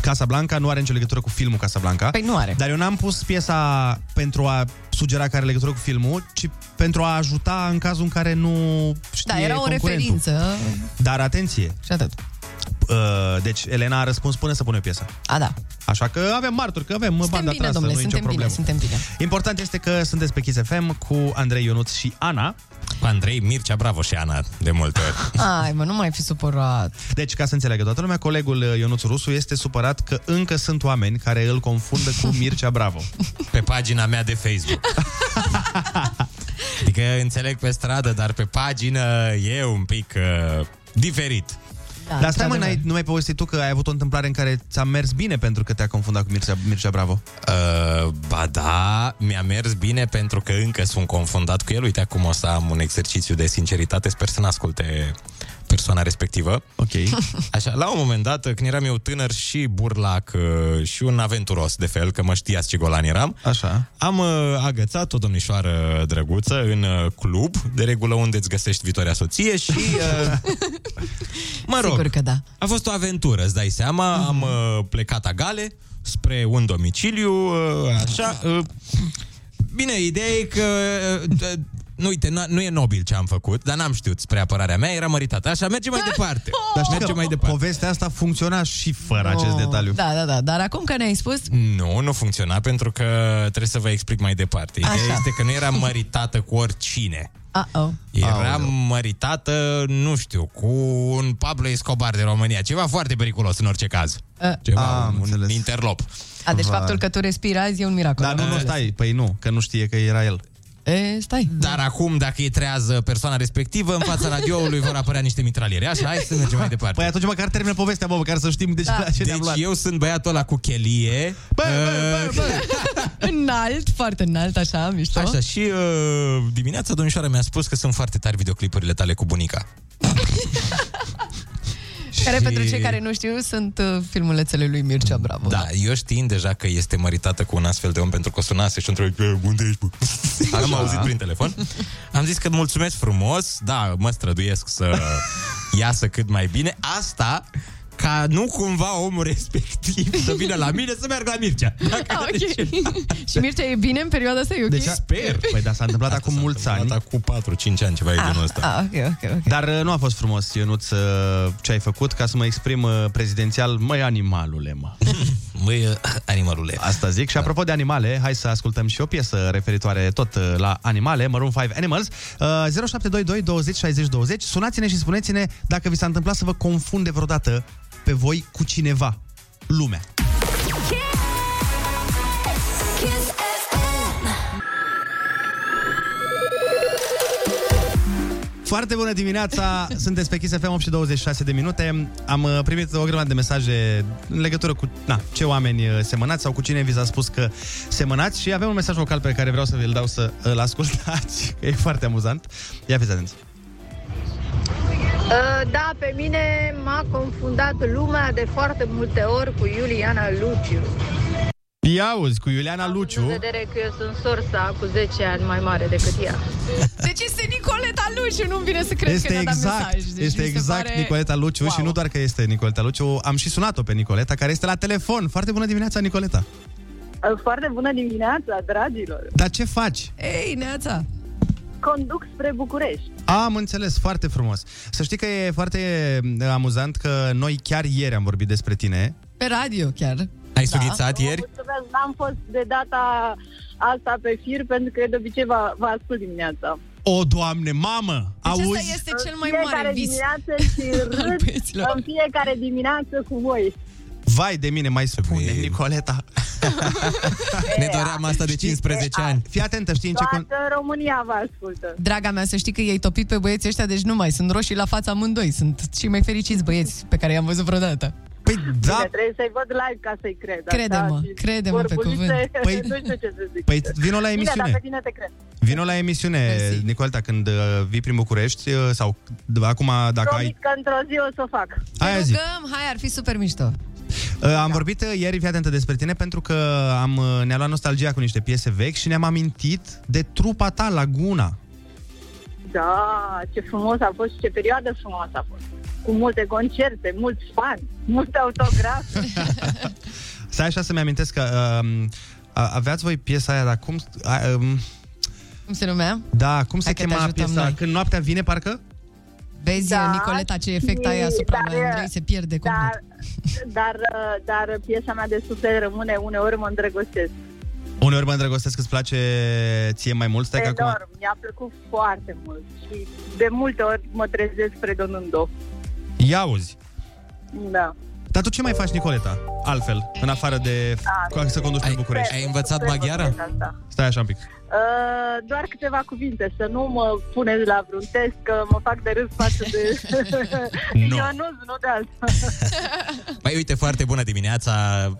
C: Casablanca nu are nicio legătură cu filmul Casablanca.
A: Păi nu are.
C: Dar eu n-am pus piesa pentru a sugera că are legătură cu filmul, ci pentru a ajuta în cazul în care nu știe
A: Da, era o
C: concurentul.
A: referință.
C: Dar atenție!
A: Și atât.
C: Uh, deci Elena a răspuns până să pune piesa.
A: A, da.
C: Așa că avem marturi, că avem
A: Suntem
C: banda
A: bine,
C: trasă,
A: domnule,
C: nu e nicio
A: suntem bine,
C: problemă.
A: suntem bine.
C: Important este că sunteți pe Kiss FM cu Andrei Ionuț și Ana.
D: Andrei, Mircea Bravo și Ana, de multe ori.
A: Ai, mă, nu mai fi supărat.
C: Deci, ca să înțeleagă toată lumea, colegul uh, Ionuț Rusu este supărat că încă sunt oameni care îl confundă cu Mircea Bravo.
D: Pe pagina mea de Facebook. adică înțeleg pe stradă, dar pe pagină e un pic uh, diferit.
C: Da, Dar stai mă, n-ai, nu mai povestit tu că ai avut o întâmplare în care ți-a mers bine pentru că te-a confundat cu Mircea, Mircea Bravo.
D: Uh, ba da, mi-a mers bine pentru că încă sunt confundat cu el. Uite, acum o să am un exercițiu de sinceritate. Sper să-mi asculte persoana respectivă.
C: Ok.
D: Așa, la un moment dat, când eram eu tânăr și burlac uh, și un aventuros de fel, că mă știați ce golan eram,
C: Așa.
D: am uh, agățat o domnișoară drăguță în uh, club, de regulă unde îți găsești viitoarea soție și... Uh, mă rog,
A: Sigur că da.
D: a fost o aventură, îți dai seama, am uh, plecat agale spre un domiciliu, uh, așa... Uh, bine, ideea e că... uh, uh, Nu, uite, na- nu e nobil ce am făcut, dar n-am știut spre apărarea mea, era măritată. Așa, mergem
A: Da.
D: mai departe.
C: Dar știi
D: mergem
C: că
D: mai departe.
C: povestea asta funcționa și fără acest
A: Oh,
C: detaliu.
A: Da, da, da. Dar acum că ne-ai spus,
D: Nu, nu funcționa pentru că trebuie să vă explic mai departe. Ideea
A: Așa.
D: este că nu era măritată cu oricine.
A: uh-oh.
D: Era măritată, nu știu, cu un Pablo Escobar de România. Ceva foarte periculos în orice caz.
A: A,
C: Ah,
D: Ceva, un, un interlop.
A: a, deci faptul că tu respiri azi e un miracol.
D: Dar nu,
A: Am
D: nu,
A: înțeles.
C: Stai, păi nu, că nu știe că era el.
A: E, stai.
D: Dar acum, dacă îi trează persoana respectivă, în fața radioului vor apărea niște mitraliere. Așa, hai să mergem mai departe.
C: Păi atunci măcar termină povestea, bă, măcar să știm de ce,
A: Da.
C: da. ce ne-am
D: deci
C: luat.
D: eu sunt băiatul ăla cu chelie. Bă, bă, bă, bă.
A: Înalt, foarte înalt, așa, mișto.
D: Așa, și uh, dimineața domnișoara mi-a spus că sunt foarte tari videoclipurile tale cu bunica.
A: Care,
D: și-
A: pentru cei care nu știu, sunt uh, filmulețele lui Mircea Bravo.
D: Da, eu știind deja că este măritată cu un astfel de om pentru că o sunase și o întreb, "E, unde ești, bă? Am
C: Așa.
D: auzit prin telefon. Am zis că mulțumesc frumos, da, mă străduiesc să iasă cât mai bine. Asta ca nu cumva omul respectiv să vină la mine, să meargă la Mircea. Dacă
A: Ah,
D: are
A: ok.
D: ceva.
A: și Mircea e bine în perioada asta, e ok?
C: Deci, sper. Păi, dar s-a întâmplat
D: Da,
C: acum mulți ani.
D: Acum 4-5 ani, ceva e genul ăsta.
A: Ah, ok, ok, ok.
C: Dar uh, nu a fost frumos, Ionuț, uh, ce ai făcut ca să mă exprim uh, prezidențial, măi animalule, mă.
D: Măi, uh, animalule. Da.
C: Asta zic. Și apropo de animale, hai să ascultăm și o piesă referitoare tot uh, la animale, Maroon 5 Animals. Uh, 0722 20 60 20. Sunați-ne și spuneți-ne dacă vi s-a întâmplat să vă confunde vreodată pe voi cu cineva. Lumea.
B: Kiss FM.
C: Foarte bună dimineața! Sunteți pe Kiss FM 8 și 26 de minute. Am uh, primit o grămadă de mesaje în legătură cu na, ce oameni uh, semănați sau cu cine vi s-a spus că semănați și avem un mesaj vocal pe care vreau să vi-l dau să îl ascultați. că E foarte amuzant. Ia fiți atenți.
O: Uh, Da, pe mine m-a confundat lumea de foarte multe ori cu Iuliana Luciu.
C: Ia auzi, cu Iuliana
O: În
C: Luciu.
O: vedere că eu sunt sorsa cu 10 ani mai mare decât ea.
J: Uh,
A: Deci este Nicoleta Luciu, nu-mi vine să cred
C: este
A: că ne-a dat
C: exact,
A: mesaj. Deci
C: este
A: mi se
C: exact
A: pare...
C: Nicoleta Luciu wow. și nu doar că este Nicoleta Luciu, am și sunat-o pe Nicoleta, care este la telefon. Foarte bună dimineața, Nicoleta!
J: Uh, Foarte bună dimineața, dragilor!
C: Dar ce faci?
A: Ei, Neața!
J: Conduc spre București.
C: Am înțeles, foarte frumos. Să știi că e foarte uh, amuzant că noi chiar ieri am vorbit despre tine.
A: Pe radio chiar.
D: Ai sughițat ieri?
J: Mulțumesc, n-am fost de data asta pe fir, pentru că eu de obicei vă, vă ascult dimineața.
C: O, doamne, mamă!
J: Deci
C: auzi?
J: asta este
A: cel
J: mai fiecare
A: mare vis
J: dimineață și
A: al
J: râd
A: băieților.
J: în fiecare dimineață cu voi.
C: Vai de mine, mai spune Nicoleta.
D: Ne doream asta de 15 ani.
C: Fii atentă, știi în ce... Con...
J: Toată România vă ascultă.
A: Draga mea, să știi că ei topit pe băieții ăștia, deci nu mai sunt roșii la fața amândoi. Sunt cei mai fericiți băieți pe care i-am văzut vreodată.
C: Păi
J: Da. Bine, trebuie să-i văd live ca să-i cred. așa,
A: Crede-mă,
J: și
A: crede-mă pe
J: vorbulițe,
A: cuvânt.
C: Păi-
J: nu știu ce să zic.
C: Păi vino la
J: Bine, dar
C: emisiune.
J: pe tine te cred.
C: Vino la emisiune, Nicoleta, când uh, vii prin București uh, sau d- acum dacă
J: Promit
C: ai...
J: că într-o zi o să o fac.
C: Aia zic.
A: Rugăm, hai, ar fi super mișto.
C: Uh, Am vorbit uh, ieri, fii atentă, despre tine pentru că am, uh, ne-a luat nostalgia cu niște piese vechi și ne-am amintit de trupa ta, Laguna.
J: Da, ce frumos a fost și ce perioadă frumoasă a fost. Cu multe concerte, mulți fani, multe autografe.
C: Stai așa să-mi amintesc că um, a- aveați voi piesa aia, dar cum... A, um,
A: Cum se numea?
C: da, cum se
A: Hai că te
C: chema
A: ajutăm
C: piesa?
A: noi.
C: Când noaptea vine, parcă?
A: Vezi,
J: Da,
A: Nicoleta, ce efect
J: și-
A: ai asupra
J: dar,
A: lui Andrei, se pierde complet.
J: Dar, dar, dar piesa mea de suflet rămâne uneori mă îndrăgostesc.
C: Uneori mă îndrăgostesc, îți place ție mai mult? Stai că
J: Enorm,
C: acum...
J: mi-a plăcut foarte mult și de multe ori mă trezesc predonând-o.
C: Ia auzi!
J: Da.
C: Dar tu ce mai faci, Nicoleta? Altfel, în afară de da, să conduci prin București.
D: ai învățat
J: Sper
D: maghiară?
J: să fac asta.
C: Stai așa un pic.
J: Uh, doar câteva cuvinte, să nu mă puneți la vreun test, că mă fac de râs față de...
D: Nu.
J: Eu nu, nu de Uh, alta.
D: Păi uite, foarte bună dimineața,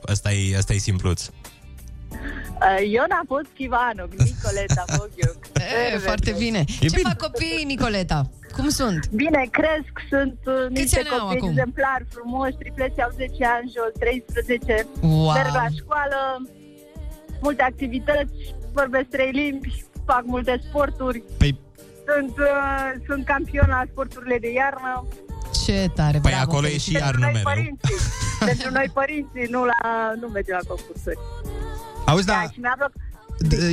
D: asta e, asta e simpluț.
J: Uh, Iona Poschivano, Nicoleta Boghiuc.
A: E, foarte bine.
J: E
A: Ce
J: bine.
A: fac copiii, Nicoleta? Cum sunt?
J: Bine, cresc, sunt uh, niște
A: ani au
J: copii
A: acum?
J: exemplari frumoși, tripleți au 10 ani, jos 13,
A: Wow.
J: merg la școală, multe activități, vorbesc trei limbi, fac multe sporturi.
C: Păi...
J: Sunt, uh, sunt campion la sporturile de iarnă.
A: Ce tare,
D: Păi
A: bravo.
D: acolo e și
A: felicitări.
D: iarnă mereu.
J: Părinții, pentru noi părinții, nu, la, nu mergem la concursuri.
C: Auzi, da,
J: Și mi-a plăcut
C: d-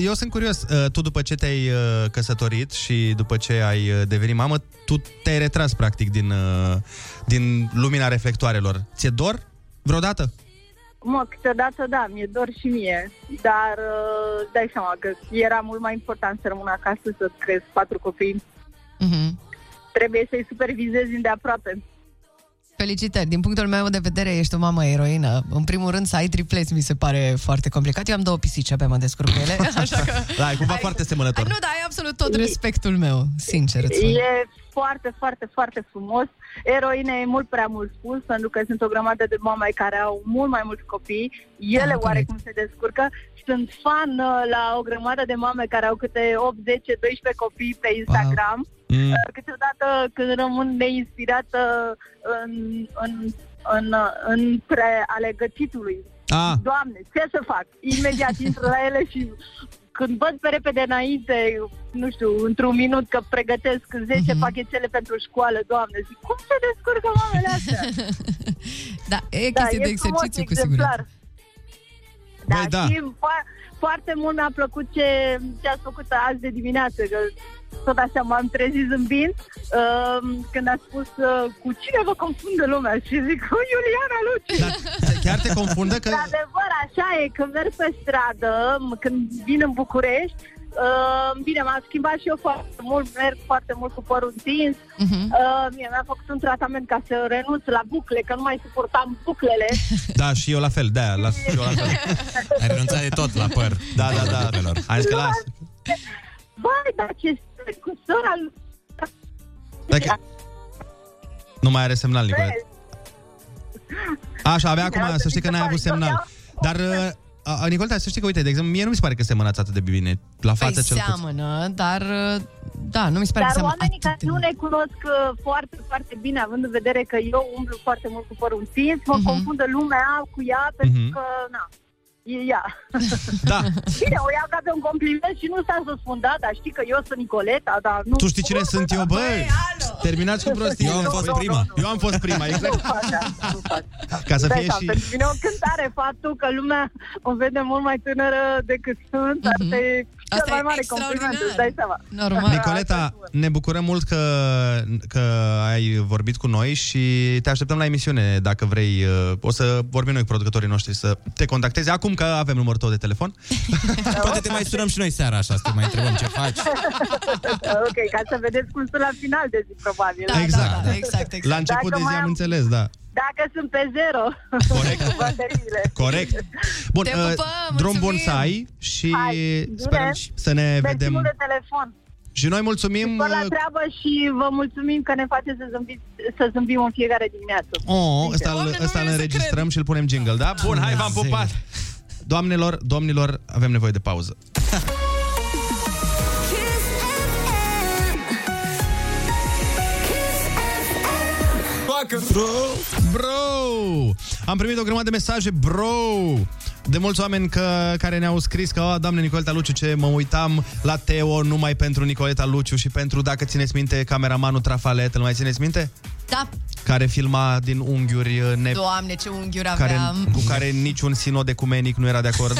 C: eu sunt curios. Uh, Tu după ce te-ai uh, căsătorit și după ce ai uh, devenit mamă, tu te-ai retras practic din, uh, din lumina reflectoarelor. Ți-e dor vreodată?
J: Mă, câteodată da, mi-e dor și mie, dar uh, dai seama că era mult mai important să rămân acasă, să cresc patru copii.
A: Mhm.
J: Trebuie să-i supervizezi îndeaproape.
A: Felicitări. Din punctul meu de vedere, ești o mamă eroină. În primul rând, să ai tripleți mi se pare foarte complicat. Eu am două pisici, abia mă descurc cu ele. Așa că...
C: Da, e cumva foarte
A: Ai,
C: semănător.
A: nu, dar ai Da, absolut tot respectul meu, sincer. îți spun.
J: E foarte, foarte, foarte frumos. Eroine e mult prea mult spus, pentru că sunt o grămadă de mame care au mult mai mulți copii.
C: Ah,
J: Ele
A: Da,
J: da,
A: corect.
J: oarecum se descurcă. Sunt fan uh, la o grămadă de mame care au câte 8, 10, 12 copii pe Instagram. Uh,
C: Mm.
J: câteodată când rămân neinspirată uh, în, în, în, în pre ale gătitului.
C: Ah.
J: Doamne, ce să fac? Imediat intru la ele și când văd pe repede înainte, nu știu, într-un minut că pregătesc 10
A: Mhm.
J: pachetele pentru școală, doamne, zic, cum se descurcă mamele astea?
A: da, e chestie de
J: frumos,
A: exercițiu, cu
J: exemplar.
A: siguranță.
J: Da,
A: Băi, da.
J: și fo- foarte mult mi-a plăcut ce, ce ați făcut azi de dimineață, că tot așa m-am trezit zâmbind um, când a spus uh, cu cine vă confundă lumea și zic cu Iuliana Luci.
C: Chiar te confundă că...
J: Într-adevăr, așa e, când merg pe stradă, m- când vin în București, uh, bine, m-am schimbat și eu foarte mult, merg foarte mult cu părul întins.
C: Mhm.
A: Uh-huh.
J: Uh, mie mi-a făcut un tratament ca să renunț la bucle, că nu mai suportam buclele.
C: Da, și eu la fel, da, la, și eu la fel.
D: Ai renunțat de tot la păr.
C: Da, da, da. Ai zis că las.
J: Vai, dar ce stai cu sora lui?
C: Dacă... Nu mai are semnal, Nicoleta. Așa, abia acum, să știi că n-ai avut semnal. Dar, uh, a- a, Nicoleta, să știi că, uite, de exemplu, mie nu mi se pare că semănați atât de bine. La față
A: Păi
C: cel puțin.
A: seamănă, dar uh, da, nu mi se pare
J: Dar
A: că seamănă.
J: oamenii care adică nu ne cunosc uh, foarte, foarte bine, având în vedere că eu umblu foarte mult cu părul întins, mă
A: Mhm.
J: uh-huh. confundă lumea cu ea pentru
C: Mhm.
J: uh-huh. că, na, e ea.
C: Da.
J: Bine, o iau ca pe un compliment și nu stau să spun, da, dar știi că eu sunt Nicoleta, dar nu...
C: Tu știi cine sunt eu, băi? Terminați cu prostii.
J: Eu am fost
C: prima. Eu am fost prima, exact.
J: Nu fac asta, nu fac.
C: Ca să
J: Dai
C: fie
J: seama,
C: și...
J: da, Pentru mine e o cântare faptul că lumea o vede mult mai tânără decât sunt, mm-hmm. asta e cel
A: Mhm. Asta
J: mai
A: e
J: mare compliment,
A: extraordinar.
J: îți dai seama. Da.
C: Nicoleta, ne bucurăm mult că, că ai vorbit cu noi și te așteptăm la emisiune dacă vrei. uh, O să vorbim noi cu producătorii noștri să te contacteze acum că avem numărul tău de telefon.
D: Poate te mai sunăm și noi seara așa, să te mai întrebăm ce faci.
J: ok, ca să vedeți cum sunt la final de zi, probabil.
C: Exact.
J: da,
C: La
J: Dacă
C: început de
J: mai
C: zi am
J: am-
C: înțeles, da.
J: Dacă sunt pe zero Corect. cu bateriile.
C: Corect. Bun,
J: Te
C: uh,
J: pupăm,
C: drum bun
J: mulțumim.
C: să ai și
J: Hai, bine.
C: sperăm și să ne
J: Mersi
C: vedem.
J: mult de telefon.
C: Și noi mulțumim.
J: Vă la
C: uh,
J: treabă și vă mulțumim că ne faceți să, zâmbiți, să zâmbim în fiecare dimineață.
C: Oh, ăsta, îl, ăsta îl înregistrăm și îl punem jingle, da? Bun, hai, v-am
D: Dumnezeu.
C: pupat! Doamnelor, domnilor, avem nevoie de pauză. Bro! Bro! Am primit o grămadă de mesaje, bro! De mulți oameni că, care ne-au scris că, oh, doamne, Nicoleta Luciu, ce mă uitam la Teo numai pentru Nicoleta Luciu și pentru, dacă țineți minte, cameramanul Trafalet, îl mai țineți minte?
A: Da,
C: Care filma din unghiuri uh, ne...
A: doamne, ce unghiuri
C: care,
A: aveam.
C: cu care niciun sinod ecumenic nu era de acord.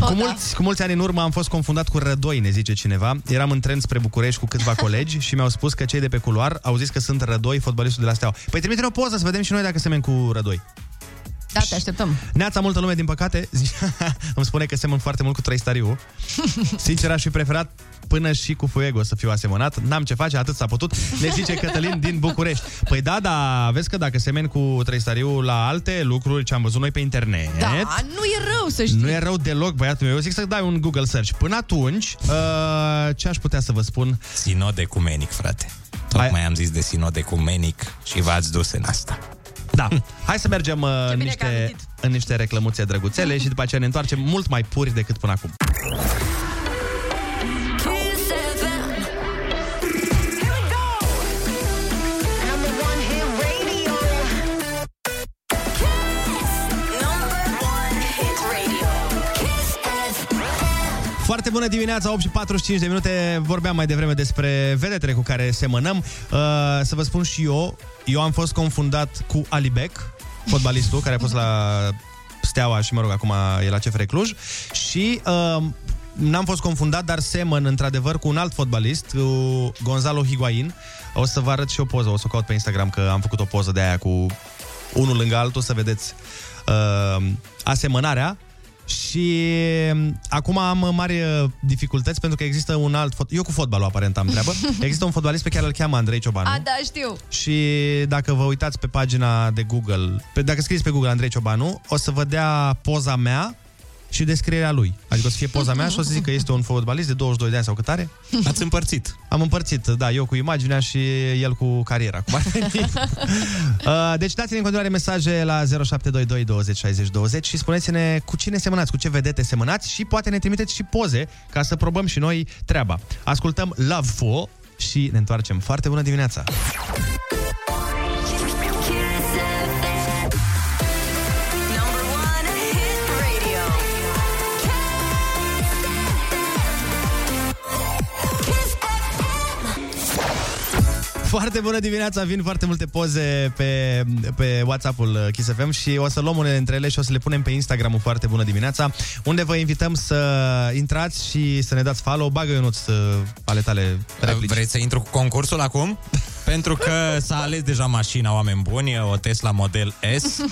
C: Cu mulți, cu mulți ani în urmă am fost confundat cu rădoi, ne zice cineva. Eram în tren spre București cu câțiva colegi și mi-au spus că cei de pe culoar au zis că sunt rădoi, fotbalistul de la Steaua. Păi trimite o poză să vedem și noi dacă semem cu rădoi.
A: Da, te așteptăm.
C: Neața multă lume, din păcate, zi- îmi spune că semăn foarte mult cu Trăistariu. Sincer, aș fi preferat până și cu Fuego să fiu asemănat. N-am ce face, atât s-a putut. Ne zice Cătălin din București. Păi da, da, vezi că dacă semeni cu Trăistariu la alte lucruri ce am văzut noi pe internet...
A: Da, nu e rău să știi.
C: Nu e rău deloc, băiatul meu. Eu zic să dai un Google search. Până atunci, uh, ce aș putea să vă spun?
D: Sinod ecumenic, frate. Tocmai am zis de sinod ecumenic și v-ați dus în asta.
C: Da. Hai să mergem uh, în niște, în niște reclămuțe drăguțele și după aceea ne întoarcem mult mai puri decât până acum.
B: Kiss FM. Here we go. Number one hit radio. Kiss. Number one hit radio. Kiss FM.
C: Foarte bună dimineața, 8 și 45 de minute. Vorbeam mai devreme despre vedetele cu care semănăm. Uh, să vă spun și eu, eu am fost confundat cu Alibec, fotbalistul care a fost la Steaua și, mă rog, acum e la CFR Cluj. Și uh, n-am fost confundat, dar semăn într-adevăr cu un alt fotbalist, cu Gonzalo Higuain. O să vă arăt și o poză, o să o caut pe Instagram că am făcut o poză de aia cu unul lângă altul, să vedeți uh, asemănarea. Și mm, acum am mari uh, dificultăți pentru că există un alt... Fot- Eu cu fotbalul aparent am treabă. Există un fotbalist pe care îl cheamă Andrei Ciobanu.
A: A, da, știu.
C: Și dacă vă uitați pe pagina de Google, pe, dacă scrieți pe Google Andrei Ciobanu, o să vă dea poza mea și descrierea lui. Adică o să fie poza mea și o să zic că este un fotbalist de 22 de ani sau cât are. Ați împărțit. Am împărțit, da, eu cu imaginea și el cu cariera. Cum ar veni. Uh, deci dați-ne în continuare mesaje la 0722 20 60 20 și spuneți-ne cu cine semănați, cu ce vedete semănați și poate ne trimiteți și poze ca să probăm și noi treaba. Ascultăm Love Fo și ne întoarcem. Foarte bună dimineața!
B: Kiss FM. Number one hit radio. Kiss
C: Foarte bună dimineața! Vin foarte multe poze pe, pe WhatsApp-ul uh, Kiss FM și o să luăm unele dintre ele și o să le punem pe Instagram-ul Foarte bună dimineața, unde vă invităm să intrați și să ne dați follow. Bagă Ionuț uh, ale tale replici.
D: Vrei să intru cu concursul acum? Pentru că s-a ales deja mașina, oameni buni, o Tesla Model S, uh,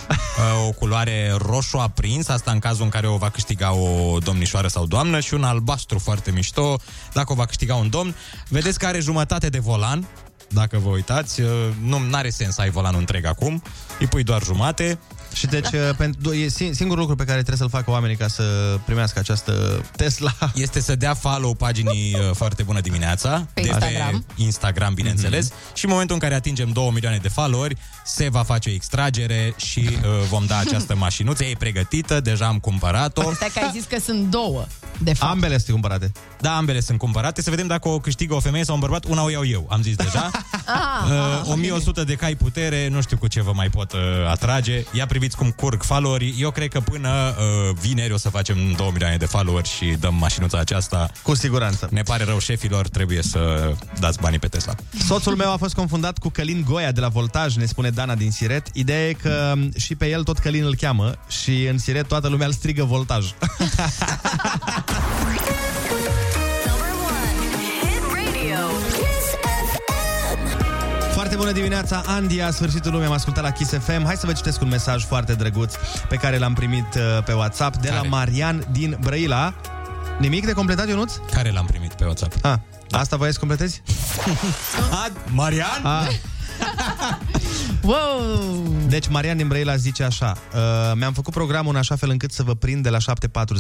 D: o culoare roșu aprins, asta în cazul în care o va câștiga o domnișoară sau doamnă, și un albastru foarte mișto, dacă o va câștiga un domn. Vedeți că are jumătate de volan, dacă vă uitați, uh, nu are sens să ai volanul întreg acum, îi pui doar jumate.
C: Și deci, uh, pentru, e sing- singurul lucru pe care trebuie să-l facă oamenii ca să primească această Tesla.
D: Este să dea follow paginii uh, Foarte Bună Dimineața.
C: Pe
D: de
C: Instagram.
D: Pe Instagram, bineînțeles.
C: Mhm.
D: Mm-hmm. Și în momentul în care atingem 2 milioane de followeri, se va face o extragere și uh, vom da această mașinuță. E pregătită, deja am cumpărat-o.
A: Stai că ai zis că sunt două. De fapt.
C: Ambele sunt cumpărate.
D: Da, ambele sunt cumpărate. Să vedem dacă o câștigă o femeie sau un bărbat. Una o iau eu, am zis deja.
A: Ah,
D: Uh, 1100 de cai putere, nu știu cu ce vă mai pot uh, atrage. Ia priviți cum curg followeri. Eu cred că până uh, vineri o să facem 2 milioane de followeri și dăm mașinuța aceasta.
C: Cu siguranță.
D: Ne pare rău șefilor, trebuie să dați banii pe Tesla.
C: Soțul meu a fost confundat cu Călin Goia de la Voltaj, ne spune Dana din Siret. Ideea e că și pe el tot Călin îl cheamă și în Siret toată lumea îl strigă Voltaj.
B: Hit radio. Kiss FM.
C: Foarte bună dimineața, Andia, sfârșitul lumii, am ascultat la Kiss FM. Hai să vă citesc un mesaj foarte drăguț pe care l-am primit uh, pe WhatsApp de la
D: Care?
C: Marian din Brăila. Nimic de completat, Ionuț?
D: Care l-am primit pe WhatsApp?
C: Ah, Asta voiai să completezi? Ah.
D: A, Marian?
C: A,
A: Wow!
C: Deci Marian din Brăila zice așa uh, Mi-am făcut programul în așa fel încât să vă prind de la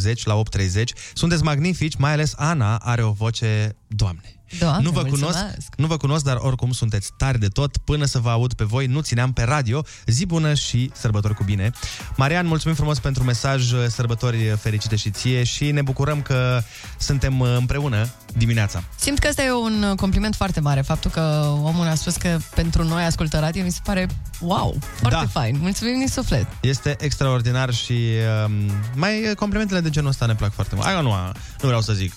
C: 7.40 la 8.30 Sunteți magnifici, mai ales Ana are o voce Doamne
A: Doamne,
C: nu vă,
A: mulțumesc.
C: cunosc, nu vă cunosc, dar oricum sunteți tari de tot. Până să vă aud pe voi, nu țineam pe radio. Zi bună și sărbători cu bine. Marian, mulțumim frumos pentru mesaj, sărbători fericite și ție și ne bucurăm că suntem uh, împreună dimineața.
A: Simt că ăsta e un uh, compliment foarte mare, faptul că omul a spus că pentru noi ascultă radio, mi se pare wow, foarte
C: Da.
A: fain. Mulțumim din suflet.
C: Este extraordinar și um, mai complimentele de genul ăsta ne plac foarte mult. Aia nu, nu vreau să zic.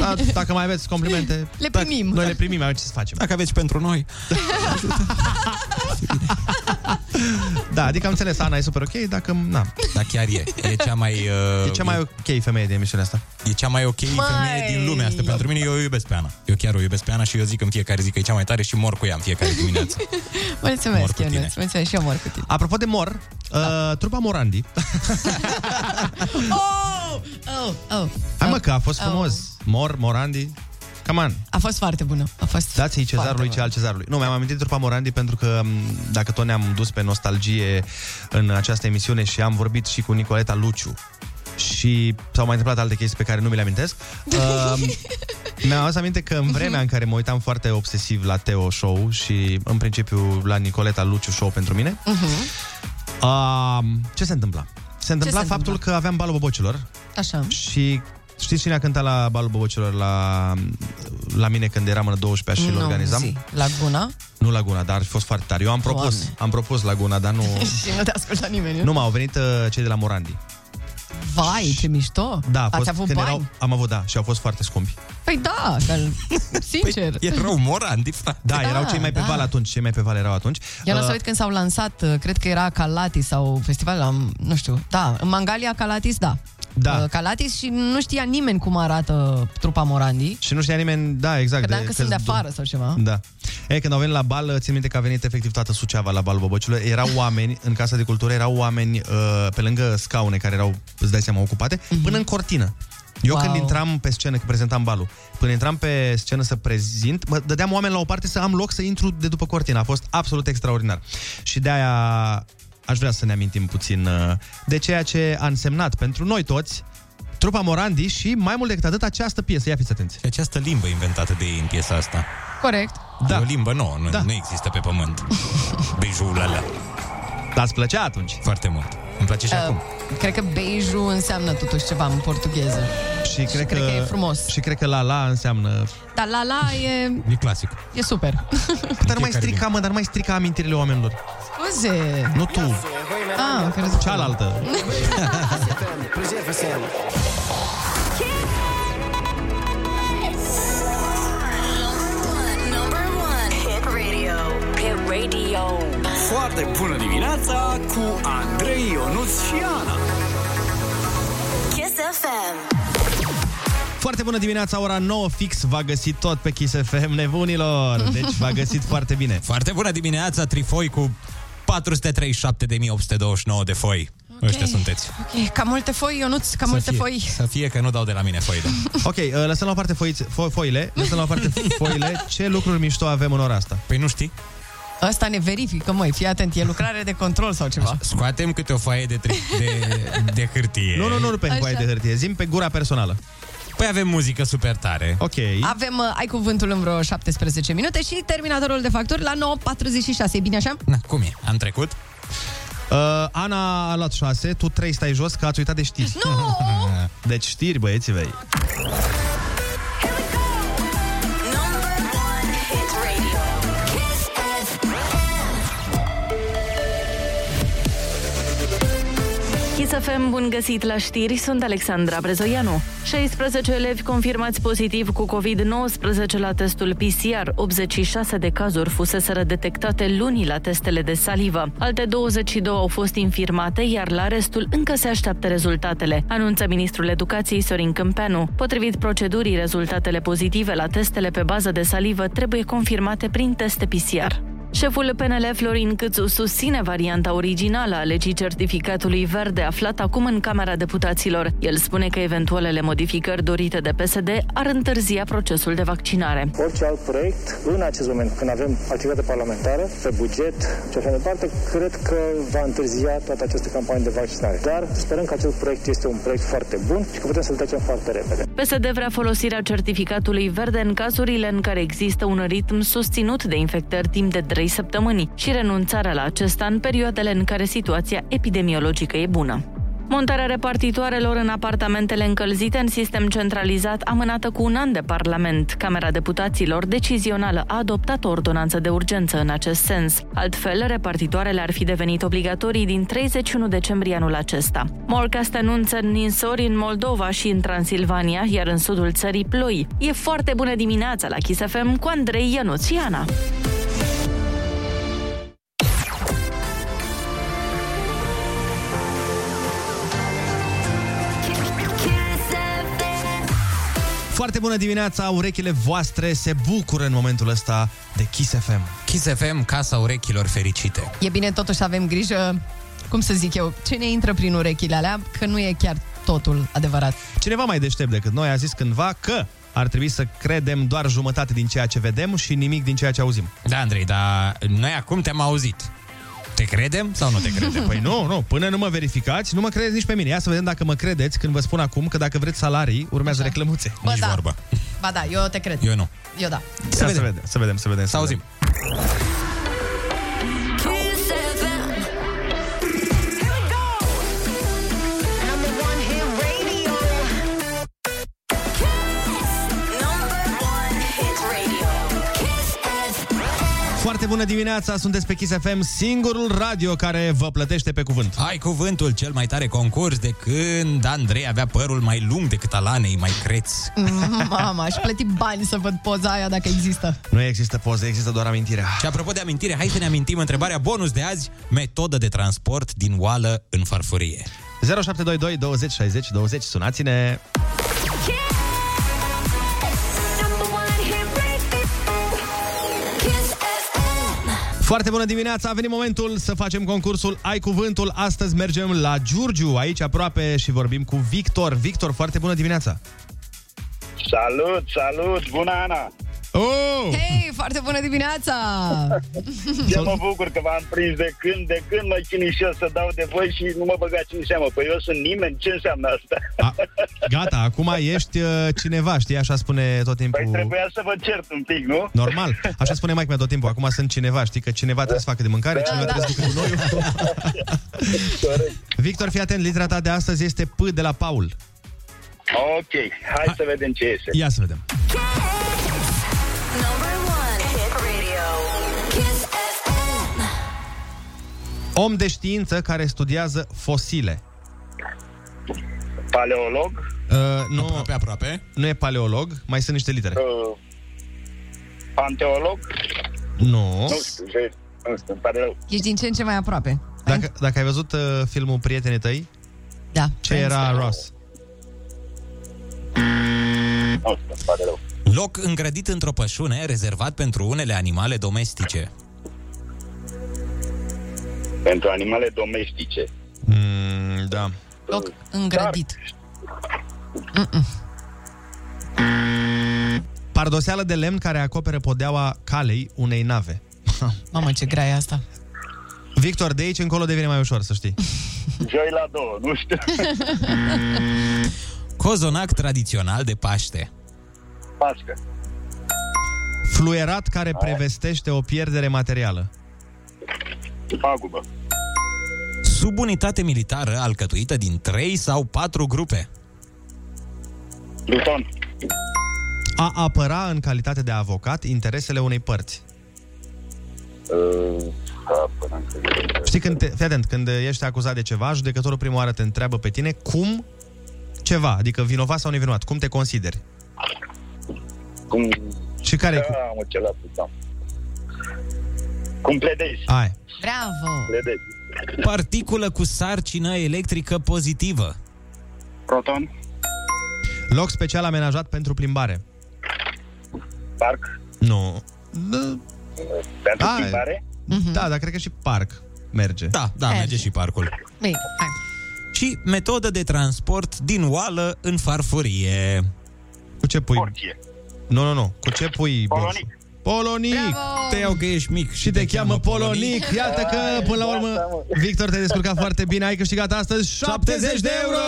C: Da, dacă mai aveți complimente,
A: Le
C: dacă-
A: primim.
C: Da, Noi le primim, mai ce să facem.
D: Dacă aveți pentru noi.
C: Da, adică am înțeles, Ana e super ok, dacă na.
D: Da, chiar e. E cea mai... Uh,
C: E cea mai ok femeie de emisiunea asta.
D: E cea mai ok
A: Mai.
D: femeie din lumea asta. Pentru mine eu o iubesc pe Ana. Eu chiar o iubesc pe Ana și eu zic în fiecare zi că e cea mai tare și mor cu ea în fiecare dimineață. Mor
A: Mulțumesc,
D: cu tine.
A: Ionuț. Mulțumesc și eu mor cu tine.
C: Apropo de mor, da. uh, trupa Morandi.
A: Oh! Oh! Oh!
C: Hai mă că a fost frumos. Mor, Morandi. Come on.
A: A fost foarte bună. A fost
C: Dați-i
A: foarte
C: cezarului
A: bună.
C: ce al cezarului. Nu, mi-am amintit trupa Morandi pentru că m, dacă tot ne-am dus pe nostalgie în această emisiune și am vorbit și cu Nicoleta Luciu și s-au mai întâmplat alte chestii pe care nu mi le amintesc. Uh, Mi-am adus aminte că în vremea în care mă uitam foarte obsesiv la Teo Show și în principiu la Nicoleta Luciu Show pentru mine,
A: Mhm.
C: um, ce se întâmpla? Se întâmpla
A: se
C: faptul
A: întâmpla?
C: că aveam balul bobocelor
A: Așa.
C: și știți cine a cântat la balul bobocelor la, la mine când eram în 12 și îl
A: Nu,
C: organizam?
A: zi. Laguna.
C: Nu Laguna, dar a fost foarte tare. Eu am propus,
A: Doamne.
C: am propus Laguna, dar nu...
A: Și nu te asculta nimeni.
C: nu, m-au venit uh, cei de la Morandi.
A: Vai, ce mișto.
C: Da, a fost,
A: Ați avut
C: când
A: bani?
C: Erau, am avut, da, și au fost foarte scumpi.
A: Păi da, dar
C: Păi
A: sincer.
C: Morandi, frate. Da,
A: Da,
C: erau cei mai pe
A: da.
C: val atunci, cei mai pe val erau atunci.
A: Eu n-am
C: Uh,
A: să uit când s-au lansat, uh, cred că era Calatis sau festivalul, am- nu știu, da, în Mangalia Calatis, da.
C: Da.
A: Uh, Calatis și nu știa nimeni cum arată trupa Morandi.
C: Și nu știa nimeni, da, exact.
A: Credeam că sunt de afară sau ceva.
C: Da. E, când au venit la bal, țin minte că a venit efectiv toată Suceava la bal Bobocilor. Erau oameni, în Casa de Cultură, erau oameni uh, pe lângă scaune care erau, îți dai seama, ocupate, până în cortină. Eu wow.
A: Wow.
C: când intram pe scenă, când prezentam balul, când intram pe scenă să prezint, mă dădeam oameni la o parte să am loc să intru de după cortina. A fost absolut extraordinar. Și de-aia aș vrea să ne amintim puțin uh, de ceea ce a însemnat pentru noi toți trupa Morandi și mai mult decât atât această piesă. Ia fiți atenți.
D: Și această limbă inventată de ei în piesa asta.
A: Corect.
D: Da. E o limbă nouă, nu, da. nu există pe pământ. Bijul alea.
C: L-ați plăcea atunci?
D: Foarte mult. Îmi place și
A: Uh,
D: uh, acum.
A: Cred că beiju înseamnă totuși ceva în portugheză.
C: Și cred,
A: cred că e frumos.
C: Și cred că la la înseamnă...
A: Dar la la e,
D: E clasic.
A: e super.
C: Dar nu mai strica, mă, dar nu mai strica amintirile oamenilor.
A: Scuze.
C: Nu tu.
A: Ah, care zic.
C: Cealaltă.
L: Foarte bună dimineața cu Andrei Ionuț și Ana.
B: Kiss FM.
C: Foarte bună dimineața, ora 9 fix, v-a găsit tot pe Kiss FM, nebunilor. Deci v-a găsit foarte bine.
D: Foarte bună dimineața, trifoi cu 437.829 de foi. Okay. Ăștia sunteți.
A: Ok, ca multe foi, Ionuț, ca
D: Să
A: multe
D: fie,
A: foi.
D: Să fie că nu dau de la mine foile.
C: Ok, uh, lăsăm la o parte foiți, fo- foile, lăsăm la o parte foile. Ce lucruri mișto avem în ora asta?
D: Păi nu știi?
A: Asta ne verifică, măi, fii atent, e lucrare de control sau ceva.
D: Scoatem câte o foaie de, tri- de, de hârtie.
C: Nu, nu, nu, nu pe
A: Așa.
C: foaie de hârtie, zim pe gura personală.
D: Păi avem muzică super tare.
C: Ok.
A: Avem, uh, ai cuvântul în vreo 17 minute și terminatorul de facturi la 9.46, e bine așa?
D: Na, cum e? Am trecut?
C: Uh, Ana a luat 6, tu 3 stai jos că ați uitat de știri.
A: Nu!
C: Deci știri, băieții mei.
F: Chisafem, bun găsit la știri, sunt Alexandra Brezoianu. 16 elevi confirmați pozitiv cu COVID-19 la testul PCR, 86 de cazuri fuseseră detectate luni la testele de salivă. Alte 22 au fost infirmate, iar la restul încă se așteaptă rezultatele, anunță ministrul educației Sorin Câmpeanu. Potrivit procedurii, rezultatele pozitive la testele pe bază de salivă trebuie confirmate prin teste PCR. Șeful PNL Florin Câțu susține varianta originală a legii certificatului verde aflat acum în Camera Deputaților. El spune că eventualele modificări dorite de PSD ar întârzia procesul de vaccinare.
G: Orice alt proiect, în acest moment, când avem activitate parlamentară, pe buget și așa mai departe, cred că va întârzia toată această campanie de vaccinare. Dar sperăm că acest proiect este un proiect foarte bun și că putem să-l trecem foarte repede.
F: PSD vrea folosirea certificatului verde în cazurile în care există un ritm susținut de infectări timp de 3 săptămâni și renunțarea la acesta în perioadele în care situația epidemiologică e bună. Montarea repartitoarelor în apartamentele încălzite în sistem centralizat amânată cu un an de Parlament. Camera Deputaților Decizională a adoptat o ordonanță de urgență în acest sens. Altfel, repartitoarele ar fi devenit obligatorii din 31 decembrie anul acesta. Morcast anunță ninsori în Moldova și în Transilvania, iar în sudul țării ploi. E foarte bună dimineața la Kiss FM cu Andrei Ionuț și Ana.
C: Foarte bună dimineața, urechile voastre se bucură în momentul ăsta de Kiss FM.
D: Kiss FM, casa urechilor fericite.
A: E bine totuși să avem grijă, cum să zic eu, ce ne intră prin urechile alea, că nu e chiar totul adevărat.
C: Cineva mai deștept decât noi a zis cândva că ar trebui să credem doar jumătate din ceea ce vedem și nimic din ceea ce auzim.
D: Da, Andrei, dar noi acum te-am auzit. Te credem sau nu te credem?
C: Păi nu, nu, până nu mă verificați, nu mă credeți nici pe mine. Ia să vedem dacă mă credeți când vă spun acum că dacă vreți salarii, urmează Așa. reclămuțe.
A: Bă, da. Ba da, eu te cred.
C: Eu nu.
A: Eu da.
C: Să, vedem. să vedem, să vedem, să vedem. Să auzim.
B: Kiss FM. Here we go. Number one hit radio. Kiss. Number one hit radio. Kiss FM.
C: Foarte bună dimineața, sunteți pe Kiss FM, singurul radio care vă plătește pe cuvânt.
D: Ai cuvântul cel mai tare concurs de când Andrei avea părul mai lung decât al Anei, mai creț.
A: Mama, aș plăti bani să văd poza aia dacă există.
C: Nu există poze, există doar amintirea.
D: Și apropo de amintire, hai să ne amintim întrebarea bonus de azi, metodă de transport din oală în farfurie.
C: 0722 20 60 20, sunați-ne!
B: Number one hit radio. Kiss FM.
C: Foarte bună dimineața, a venit momentul să facem concursul Ai Cuvântul. Astăzi mergem la Giurgiu, aici aproape, și vorbim cu Victor. Victor, foarte bună dimineața!
P: Salut, salut, bună Ana!
C: Oh!
A: Hei, foarte bună dimineața!
P: Ce mă bucur că v-am prins de când, de când mă chinui și eu să dau de voi și nu mă băgați în seamă. Păi eu sunt nimeni, ce înseamnă asta?
C: A, gata, acum ești uh, cineva, știi? Așa spune tot timpul...
P: Păi trebuia să vă cert un pic, nu?
C: Normal, așa spune mai meu tot timpul. Acum sunt cineva, știi că cineva trebuie să facă de mâncare, cineva
B: da.
C: trebuie să ducă gunoiul. Victor, fii atent, litera ta de astăzi este P de la Paul.
P: Ok, hai să vedem ce iese.
C: Ia să vedem.
B: Number one hit radio. Kiss FM.
C: Om de știință care studiază fosile.
P: Paleolog?
C: Uh, nu, aproape, aproape. Nu e paleolog, mai sunt niște litere.
P: Uh, panteolog?
C: Nu.
P: Nu știu, ce- nu știu, îmi pare rău.
A: Ești din ce în ce mai aproape.
C: Dacă, dacă ai văzut uh, filmul Prietenii tăi,
A: Da.
C: ce era Ross?
P: Nu știu, îmi pare rău.
D: Loc îngrădit într-o pășune rezervat pentru unele animale domestice.
P: Pentru animale domestice.
C: Mm, da.
A: Loc îngrădit.
C: Pardoseală de lemn care acoperă podeaua calei unei nave.
A: Mamă, ce grea e asta.
C: Victor, de aici încolo devine mai ușor, să știi.
P: Joi la două, nu știu.
D: Cozonac tradițional de Paște.
P: Pască.
C: Fluierat care prevestește o pierdere materială.
P: Pagubă.
D: Subunitate militară alcătuită din 3 sau 4 grupe.
P: Pluton.
C: A apăra în calitate de avocat interesele unei părți.
P: Uh, da, până în credință.
C: Știi, când te, fii atent, când ești acuzat de ceva, judecătorul prima oară te întreabă pe tine cum ceva, adică vinovat sau nevinovat, cum te consideri.
P: Cum...
C: Și care e cu...
P: Da, mă, ce la putam. Cum pledezi?
C: Ai.
A: Bravo!
P: Pledezi.
D: Particulă cu sarcină electrică pozitivă.
P: Proton.
C: Loc special amenajat pentru plimbare.
P: Parc.
C: Nu. Da,
P: Pentru
C: Ah,
P: schimbare.
C: da, dar cred că și parc merge.
D: Da, da, merge, și parcul.
A: Bine, hai.
D: Și metodă de transport din oală în farfurie.
C: Cu ce pui?
P: Porcie.
C: Nu, nu, nu. Cu ce pui?
P: Polonic.
C: boxul? Polonic!
A: Bravo!
D: Te iau că ești mic
C: Și te cheamă Polonic. Iată că, până la urmă,
P: Gata, mă.
C: Victor, te-ai descurcat foarte bine. Ai câștigat astăzi 70 de euro!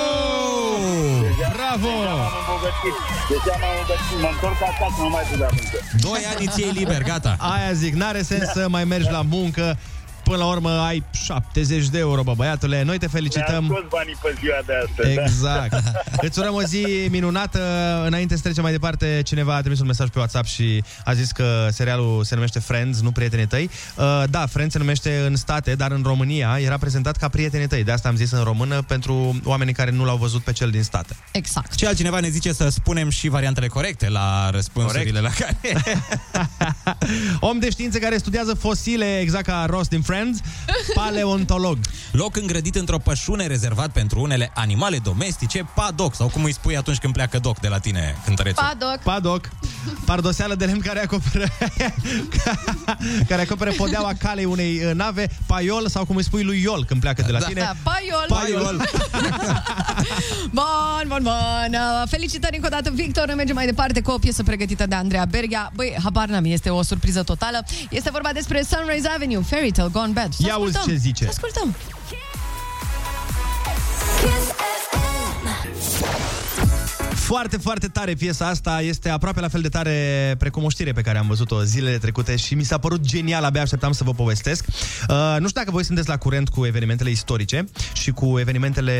C: Bravo!
P: Am îmbogățit. Deja m-am îmbogățit. Mă întorc acasă, nu mai duc la muncă.
D: 2 ani ți iei liber, gata.
C: Aia zic, n-are sens să mai mergi la muncă. Până la urmă ai 70 de euro, bă, băiatule. Noi te
P: Mi-am
C: felicităm.
P: scos banii pe ziua de astăzi. da.
C: Exact. Îți urăm o zi minunată. Înainte să trecem mai departe, cineva a trimis un mesaj pe WhatsApp și a zis că serialul se numește Friends, nu Prietenii tăi. Uh, Da, Friends se numește în state, dar în România era prezentat ca Prietenii tăi. De asta am zis în română pentru oamenii care nu l-au văzut pe cel din state.
A: Exact.
D: Și altcineva ne zice să spunem și variantele corecte la răspunsurile Corect. la care...
C: Om de știință care studiază fosile, exact ca Ross din Friends, paleontolog.
D: Loc îngrădit într-o pășune rezervat pentru unele animale domestice, padoc, sau cum îi spui atunci când pleacă doc de la tine, cântărețul.
A: Padoc.
C: Padoc, pardoseală de lemn care acoperă, care acoperă podeaua calei unei uh, nave, paiol sau cum îi spui lui Iol când pleacă de la
D: Da.
C: tine.
A: Da, paiol.
C: Paiol.
A: Bun, bun, bun. Uh, Felicitări încă o dată, Victor. Noi Mergem mai departe cu o piesă pregătită de Andreea Berghia. Băi, habar n-am, este o surpriză totală. Este vorba despre Sunrise Avenue, Fairy Tale Gone Bad. Să
C: Ia uzi
A: ascultăm.
C: ce zice.
A: Să ascultăm.
C: Foarte, foarte tare piesa asta Este aproape la fel de tare precum o știre pe care am văzut-o zilele trecute Și mi s-a părut genial, abia așteptam să vă povestesc uh, Nu știu dacă voi sunteți la curent cu evenimentele istorice Și cu evenimentele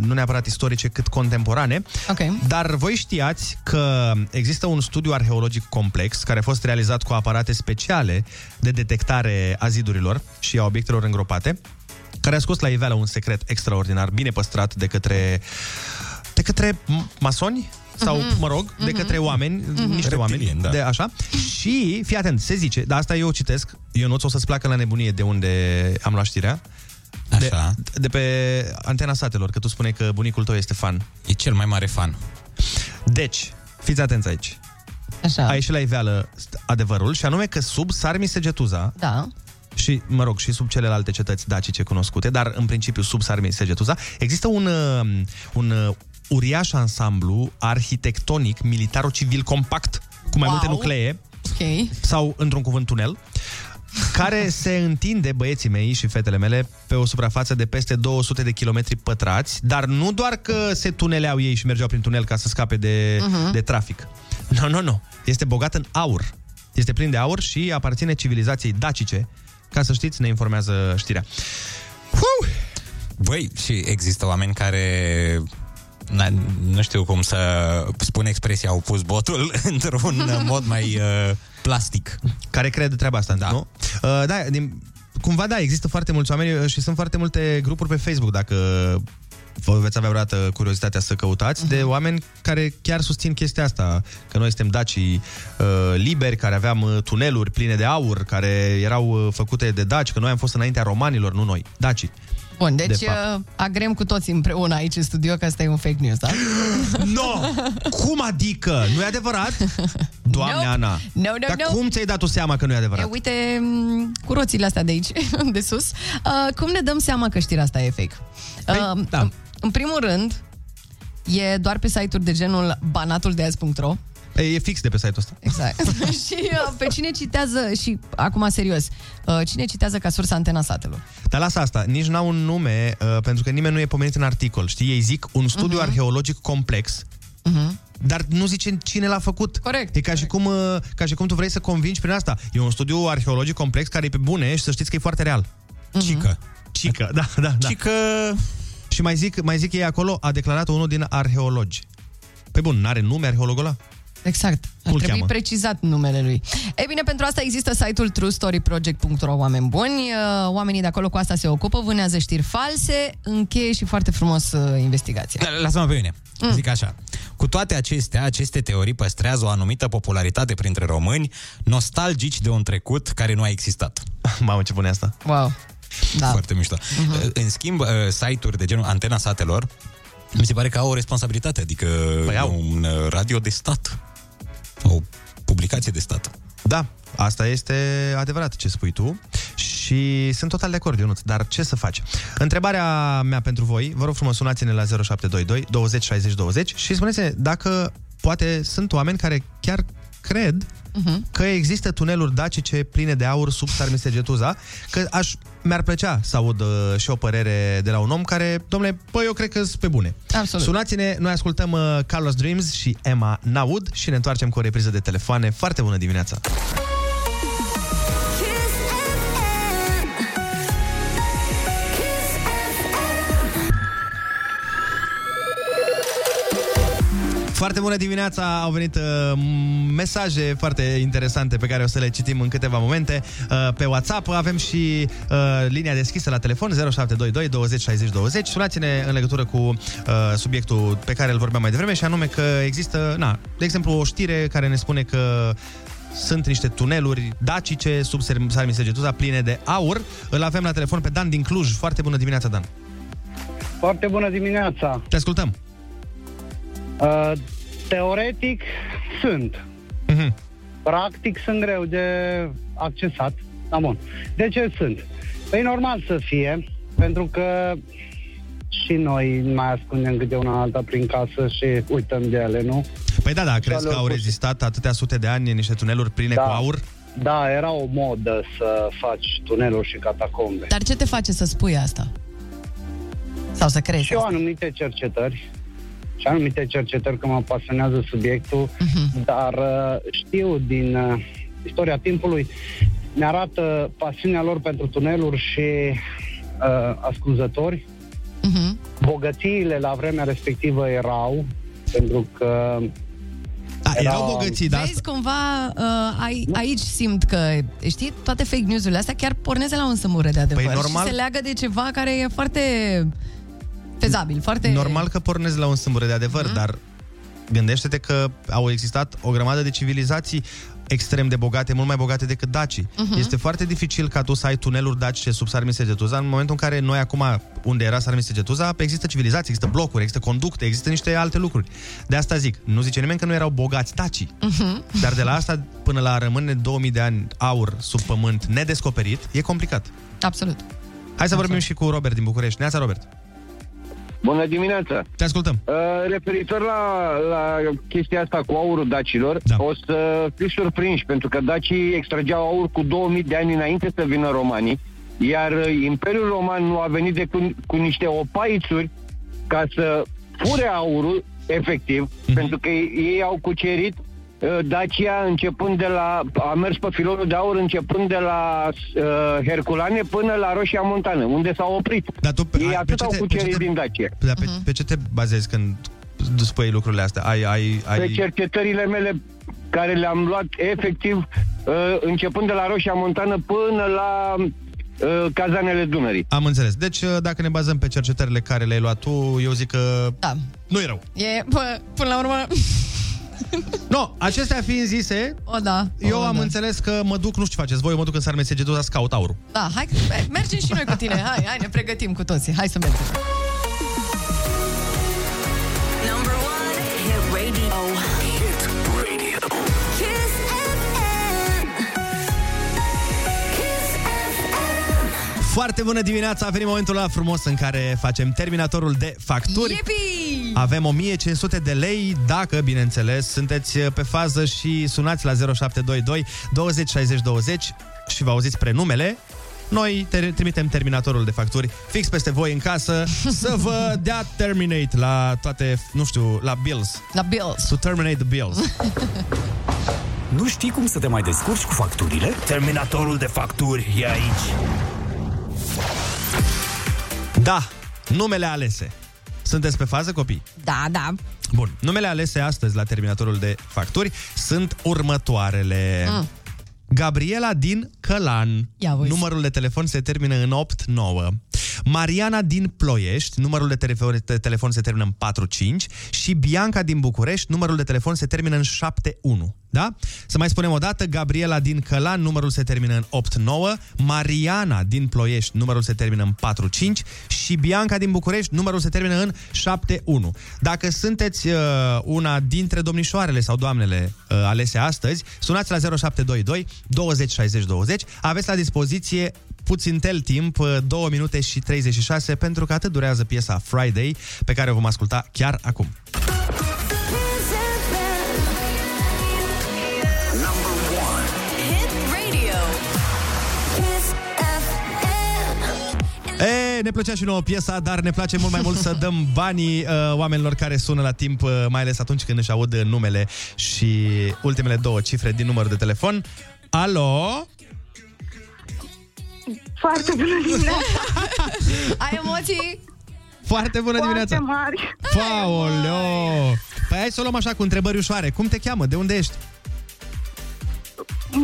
C: nu neapărat istorice, cât contemporane
A: okay.
C: Dar voi știați că există un studiu arheologic complex Care a fost realizat cu aparate speciale de detectare a zidurilor și a obiectelor îngropate care a scos la iveală un secret extraordinar, bine păstrat de către de către m- masoni sau,
D: Mhm.
C: mă rog, de
D: Mhm.
C: către oameni,
D: Mhm.
C: niște oameni,
D: Reptilieni, da.
C: de așa. Și, fii atent, se zice, dar asta eu o citesc, eu nu o să-ți placă la nebunie de unde am luat știrea. Așa. De, de pe Antena Satelor, că tu spuneai că bunicul tău este fan. E cel mai mare fan. Deci, fiți atenți aici.
A: Așa.
C: A ieșit la iveală st- adevărul și anume că sub Sarmi Segetuza,
A: Da.
C: și, mă rog, și sub celelalte cetăți dacice cunoscute, dar în principiu sub Sarmi Segetuza, există un, uh, un uh, uriaș ansamblu arhitectonic, militar-civil compact, cu mai multe
A: Wow.
C: nuclee,
A: Ok.
C: sau, într-un cuvânt, tunel, care se întinde, băieții mei și fetele mele, pe o suprafață de peste 200 de kilometri pătrați, dar nu doar că se tuneleau ei și mergeau prin tunel ca să scape de,
D: Mhm.
C: uh-huh. de trafic. Nu, no, nu, no, nu. No. Este bogat în aur. Este plin de aur și aparține civilizației dacice. Ca să știți, ne informează știrea.
D: Băi, și există oameni care na, nu știu cum să spun expresia, au pus botul într-un mod mai uh, plastic.
C: Care crede treaba asta, da. nu? Uh, da, din, cumva da, există foarte mulți oameni uh, și sunt foarte multe grupuri pe Facebook, dacă vă veți avea vreodată curiozitatea să căutați,
A: Mhm.
C: de oameni care chiar susțin chestia asta, că noi suntem dacii uh, liberi, care aveam uh, tuneluri pline de aur, care erau uh, făcute de daci, că noi am fost înaintea romanilor, nu noi, dacii.
A: Bun,
C: De
A: deci
C: fapt.
A: uh, agrem cu toți împreună aici în studio că asta e un fake news, da?
C: No! Cum adică? Nu e adevărat? Doamne,
A: Nope.
C: Ana!
A: No, no,
C: Dar
A: no.
C: cum ți-ai dat tu seama că nu e
A: E,
C: adevărat?
A: uite, m, cu roțile astea de aici, de sus, uh, cum ne dăm seama că știrea asta e fake? Uh,
C: da.
A: În primul rând, e doar pe site-uri de genul banatuldeaz.ro
C: E fix de pe site-ul ăsta.
A: Exact. și uh, pe cine citează, și acum serios, uh, cine citează ca sursă antena satelor?
C: Dar lasă asta, nici n-au un nume, uh, pentru că nimeni nu e pomenit în articol, știi? Ei zic un studiu uh-huh. arheologic complex,
A: Uh-huh.
C: dar nu zice cine l-a făcut. Corect. E ca și, cum, uh, ca și cum tu vrei să convingi prin asta. E un studiu arheologic complex care e pe bune și să știți că e foarte real. Cică. Cică, da, da, da. Cică... Și mai zic, mai zic ei acolo, a declarat unul din arheologi. Păi bun, n-are nume arheologul ăla?
A: Exact. Ar
C: Cum îl
A: trebui
C: cheamă?
A: precizat numele lui. Ei bine, pentru asta există site-ul truestoryproject.ro, oameni buni. Uh, Oamenii de acolo cu asta se ocupă, vânează știri false, încheie și foarte frumos uh, investigația.
D: Lasă-mă pe mine. Mm. Zic așa. Cu toate acestea, aceste teorii păstrează o anumită popularitate printre români, nostalgici de un trecut care nu a existat.
C: Mamă, ce bune asta.
A: Wow. Da.
D: Foarte mișto. Uh-huh. În schimb, uh, site-uri de genul Antena Satelor, mi se pare că au o responsabilitate, adică păi au. un uh, radio de stat. O publicație de stat.
C: Da, asta este adevărat ce spui tu și sunt total de acord, Ionuț, dar ce să faci? Întrebarea mea pentru voi, vă rog frumos, sunați-ne la 0722 20 60 20 și spuneți-ne dacă poate sunt oameni care chiar cred uh-huh. că există tuneluri dacice pline de aur sub Sarmisegetuza, că aș, mi-ar plăcea să aud uh, și o părere de la un om care, domnule, păi eu cred că sunt pe bune.
A: Absolut.
C: Sunați-ne, noi ascultăm uh, Carlos Dreams și Emma Naud și ne întoarcem cu o repriză de telefoane. Foarte bună dimineața! Foarte bună dimineața! Au venit uh, mesaje foarte interesante pe care o să le citim în câteva momente uh, pe WhatsApp. Avem și uh, linia deschisă la telefon 0722 20 60 20. Sunați-ne în legătură cu uh, subiectul pe care îl vorbeam mai devreme și anume că există, na, de exemplu, o știre care ne spune că sunt niște tuneluri dacice sub Ser- Sarmisegetuza pline de aur. Îl avem la telefon pe Dan din Cluj. Foarte bună dimineața, Dan!
Q: Foarte bună dimineața!
C: Te ascultăm!
Q: Uh, teoretic sunt.
C: Mhm.
Q: Practic sunt greu de accesat. Da, bun. De ce sunt? Păi normal să fie, pentru că și noi mai ascundem câte una alta prin casă și uităm de ele, nu?
C: Păi da, da, crezi că au rezistat atâtea sute de ani în niște tuneluri pline da. cu aur?
Q: Da, era o modă să faci tuneluri și catacombe.
A: Dar ce te face să spui asta? Sau să crezi
Q: Și eu anumite cercetări și anumite cercetări că mă apasionează subiectul,
A: Mhm.
Q: uh-huh. dar uh, știu din uh, istoria timpului, ne arată pasiunea lor pentru tuneluri și uh, ascunzători.
A: Uh-huh.
Q: Bogățiile la vremea respectivă erau, pentru că...
C: Da,
A: erau Vezi, cumva, uh, ai, aici simt că, știi, toate fake news-urile astea chiar pornesc de la un sămură de adevăr.
C: Păi, normal.
A: Și se leagă de ceva care e foarte fezabil, foarte...
C: Normal că pornezi la un sâmbure de adevăr, mm-hmm. dar gândește-te că au existat o grămadă de civilizații extrem de bogate, mult mai bogate decât dacii.
D: Mhm.
C: Uh-huh. Este foarte dificil ca tu să ai tuneluri dacice sub Sarmisegetuza în momentul în care noi acum, unde era Sarmisegetuza, există civilizații, există blocuri, există conducte, există niște alte lucruri. De asta zic, nu zice nimeni că nu erau bogați dacii.
A: Mhm.
C: Dar de la asta până la rămâne 2000 de ani aur sub pământ nedescoperit, e complicat.
A: Absolut.
C: Hai să vorbim și cu Robert din București. Neața, Robert.
R: Bună dimineața!
C: Te ascultăm!
R: Uh, referitor la, la chestia asta cu aurul dacilor, da. o să fiu surprinși, pentru că dacii extrageau aur cu 2000 de ani înainte să vină romanii, iar uh, Imperiul Roman nu a venit de cu, cu niște opaițuri ca să fure aurul, efectiv,
C: Mhm.
R: mm-hmm. pentru că ei, ei au cucerit uh, Dacia începând de la... a mers pe filonul de aur începând de la uh, Herculane până la Roșia Montană, unde s-au oprit.
C: Dar tu,
R: ei atât au cucerit din Dacia.
C: Dar pe,
A: Mhm.
C: pe ce te bazezi când spui lucrurile astea? Ai, ai, ai...
R: pe cercetările mele care le-am luat efectiv uh, începând de la Roșia Montană până la uh, cazanele Dunării.
C: Am înțeles. Deci, dacă ne bazăm pe cercetările care le-ai luat tu, eu zic că
A: da.
C: nu e rău.
A: E, pă, până la urmă...
C: Nu, acestea fiind zise,
A: O, da.
C: eu
A: o,
C: am
A: da.
C: înțeles că mă duc, nu știu ce faceți voi, eu mă duc în Sarmesegetuza să caut aurul.
A: Da, hai, hai, mergem și noi cu tine. Hai, hai, ne pregătim cu toții. Hai să mergem.
B: Number one hit radio. Hit radio. Kiss FM. Kiss FM.
C: Foarte bună dimineața! A venit momentul la frumos în care facem terminatorul de facturi.
A: Yipi!
C: Avem 1500 de lei, dacă, bineînțeles, sunteți uh, pe fază și sunați la 0722 20 60 20 și vă auziți prenumele. Noi te trimitem terminatorul de facturi fix peste voi în casă să vă dea terminate la toate, nu știu, la bills.
A: La bills.
C: To terminate the bills.
L: Nu știi cum să te mai descurci cu facturile? Terminatorul de facturi e aici.
C: Da, numele alese. Sunteți pe fază, copii?
A: Da, da.
C: Bun, numele alese astăzi la terminatorul de facturi sunt următoarele.
A: Mm.
C: Gabriela din Călan.
A: Ia uite.
C: numărul de telefon se termină în 89. Mariana din Ploiești, numărul de telefon, de telefon se termină în 45 și Bianca din București, numărul de telefon se termină în 71. Da? Să mai spunem o dată, Gabriela din Călan, numărul se termină în 89, Mariana din Ploiești, numărul se termină în 45 și Bianca din București, numărul se termină în 71. Dacă sunteți uh, una dintre domnișoarele sau doamnele uh, alese astăzi, sunați la 0722 20 60 20. Aveți la dispoziție puțin tel timp, uh, 2 minute și 36, pentru că atât durează piesa Friday, pe care o vom asculta chiar acum.
B: Kiss FM. Number one hit radio. Kiss FM.
C: E, ne plăcea și nouă piesa, dar ne place mult mai mult să dăm banii uh, oamenilor care sună la timp, uh, mai ales atunci când își aud uh, numele și ultimele două cifre din număr de telefon. Alo?
J: Foarte bună dimineața!
A: Ai emoții?
C: Foarte bună dimineața!
J: Foarte mari!
C: Paoleo! Păi hai să o luăm așa cu întrebări ușoare. Cum te cheamă? De unde ești?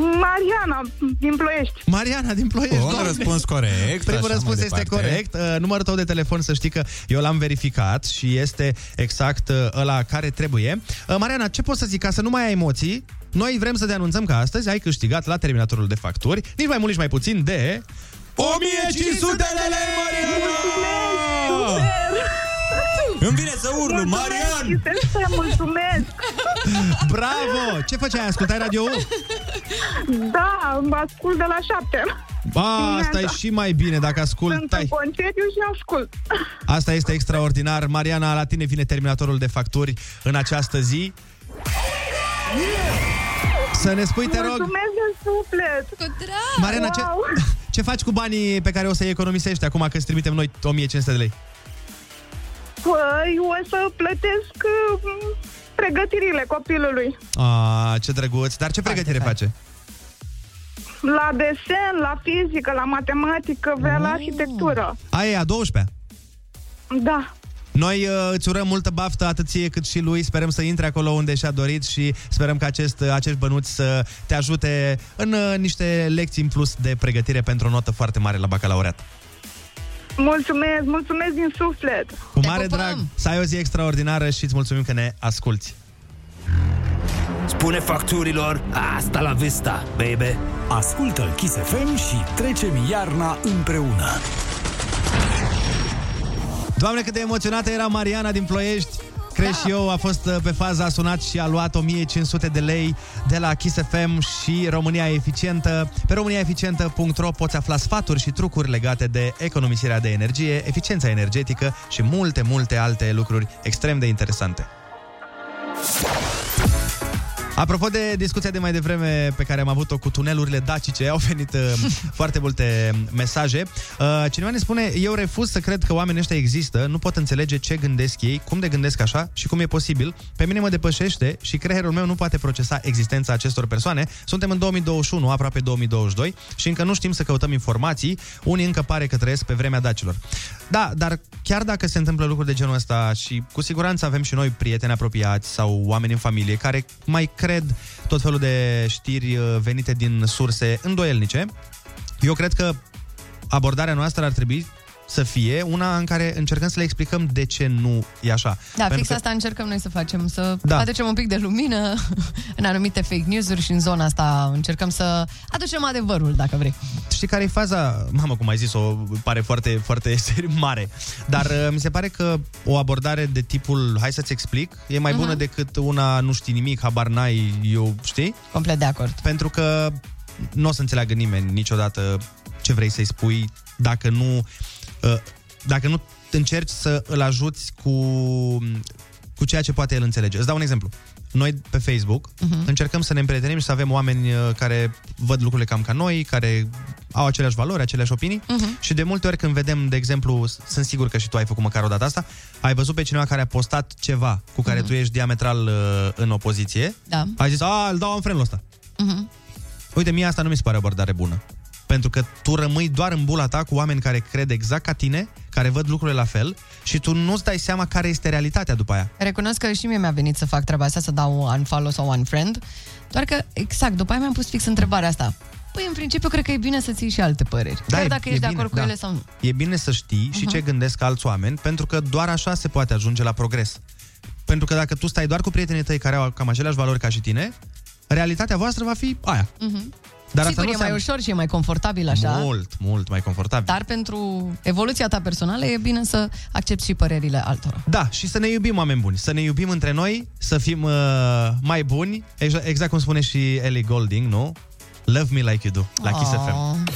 J: Mariana, din Ploiești.
C: Mariana din Ploiești.
D: Bun,
C: Doamne.
D: răspuns corect, așa,
C: Primul
D: mai
C: răspuns este
D: departe.
C: corect. Uh, Numărul tău de telefon, să știi că eu l-am verificat și este exact uh, ăla care trebuie. Uh, Mariana, ce pot să zic ca să nu mai ai emoții? Noi vrem să te anunțăm că astăzi ai câștigat la terminatorul de facturi, nici mai mult, nici mai puțin, de...
D: 1500 de lei, Mariana! Ah! Îmi vine să urlu, Marian!
J: Mulțumesc, să mulțumesc!
C: Bravo! Ce făceai? Ascultai radio
J: Da, mă ascult de la șapte.
C: Ba, Ah, asta e
J: Dimineața.
C: și mai bine dacă
J: Sunt în
C: ascultai.
J: concediu și ascult.
C: Asta este extraordinar. Mariana, la tine vine terminatorul de facturi în această zi. Să ne spui, te rog,
J: Mulțumesc de suflet!
A: Cu drag!
C: Mariana, ce, ce faci cu banii pe care o să-i economisești acum că îți trimitem noi 1500 de lei?
J: Păi, o să plătesc uh, pregătirile copilului.
C: A, ce drăguț. Dar ce pregătire face?
J: La desen, la fizică, la matematică, vrea la arhitectură.
C: Aia e a 12-a.
J: Da.
C: Noi uh, îți urăm multă baftă atât ție cât și lui. Sperăm să intre acolo unde și-a dorit și sperăm că acest, uh, acești bănuți să te ajute în uh, niște lecții în plus de pregătire pentru o notă foarte mare la bacalaureat.
J: Mulțumesc, mulțumesc din suflet!
C: Cu mare drag, să ai o zi extraordinară și îți mulțumim că ne asculti.
L: Spune facturilor, asta la vista, baby! Ascultă Kiss FM și trecem iarna împreună!
C: Doamne, cât de emoționată era Mariana din Ploiești. Cred și eu, a fost uh, pe faza, a sunat și a luat 1500 de lei de la Kiss FM și România Eficientă. Pe româniaeficientă.ro poți afla sfaturi și trucuri legate de economisirea de energie, eficiența energetică și multe, multe alte lucruri extrem de interesante. Apropo de discuția de mai devreme pe care am avut-o cu tunelurile dacice, au venit uh, foarte multe mesaje. Uh, cineva ne spune, eu refuz să cred că oamenii ăștia există, nu pot înțelege ce gândesc ei, cum de gândesc așa și cum e posibil. Pe mine mă depășește și creierul meu nu poate procesa existența acestor persoane. Suntem în 2021, aproape 2022 și încă nu știm să căutăm informații. Unii încă pare că trăiesc pe vremea dacilor. Da, dar chiar dacă se întâmplă lucruri de genul ăsta și cu siguranță avem și noi prieteni apropiați sau oameni în familie care mai cred tot felul de știri uh, venite din surse îndoielnice, eu cred că abordarea noastră ar trebui să fie una în care încercăm să le explicăm de ce nu e așa.
A: Da,
C: Pentru
A: fix
C: că-
A: asta încercăm noi să facem, să
C: Da.
A: aducem un pic de lumină în anumite fake news-uri și în zona asta încercăm să aducem adevărul, dacă vrei.
C: Știi care e faza? Mamă, cum ai zis-o, pare foarte, foarte seri- mare. Dar uh, mi se pare că o abordare de tipul hai să-ți explic e mai bună
A: Mhm.
C: decât una nu știi nimic, habar n-ai, eu știi?
A: Complet de acord.
C: Pentru că nu o să înțeleagă nimeni niciodată ce vrei să-i spui dacă nu, uh, dacă nu încerci să îl ajuți cu, cu ceea ce poate el înțelege. Îți dau un exemplu. Noi pe Facebook uh-huh. încercăm să ne împrietenim și să avem oameni uh, care văd lucrurile cam ca noi, care au aceleași valori, aceleași opinii uh-huh. și de multe ori când vedem, de exemplu, s- sunt sigur că și tu ai făcut măcar o dată asta, ai văzut pe cineva care a postat ceva cu
D: Mhm.
C: care uh-huh. tu ești diametral uh, în opoziție,
A: Da.
C: ai zis, a, îl dau în frenul ăsta.
A: Mhm.
C: Uite, mie asta nu mi se pare o abordare bună. Pentru că tu rămâi doar în bula ta cu oameni care cred exact ca tine, care văd lucrurile la fel și tu nu-ți dai seama care este realitatea după aia.
A: Recunosc că și mie mi-a venit să fac treaba asta, să dau un unfollow sau un friend, doar că, exact, după aia mi-am pus fix întrebarea asta. Păi, în principiu, cred că e bine să ții și alte păreri.
C: Da,
A: Chiar
C: e-
A: dacă
C: e
A: ești de
C: bine,
A: acord cu
C: da.
A: ele sau nu.
C: E bine să știi și
A: Mhm.
C: ce gândesc alți oameni, pentru că doar așa se poate ajunge la progres. Pentru că dacă tu stai doar cu prietenii tăi care au cam aceleași valori ca și tine, realitatea voastră va fi aia.
A: Mhm.
C: Dar
A: Sigur,
C: asta nu
A: e mai
C: înseamnă-
A: ușor și e mai confortabil așa.
C: Mult, mult mai confortabil.
A: Dar pentru evoluția ta personală e bine să accepti și părerile altora.
C: Da, și să ne iubim, oameni buni. Să ne iubim între noi, să fim uh, mai buni. Ex- Exact cum spune și Ellie Golding, nu? Love me like you do, la Kiss
A: Aw.
C: FM.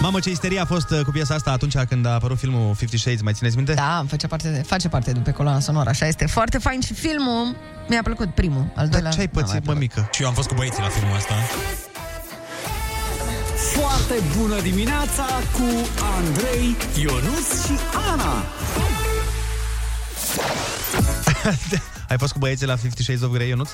C: Mamă, ce isterie a fost uh, cu piesa asta atunci când a apărut filmul Fifty Shades, mai țineți minte?
A: Da, face parte, de, face parte după coloana sonoră, așa este. Foarte fain și filmul mi-a plăcut primul, al doilea.
D: Dar ce ai pățit,
A: mă,
C: mică?
D: Și eu am fost cu băieții la filmul ăsta.
L: Foarte bună dimineața cu Andrei, Ionuț și Ana!
C: Ai fost cu băieții la Fifty Shades of Grey, Ionuț?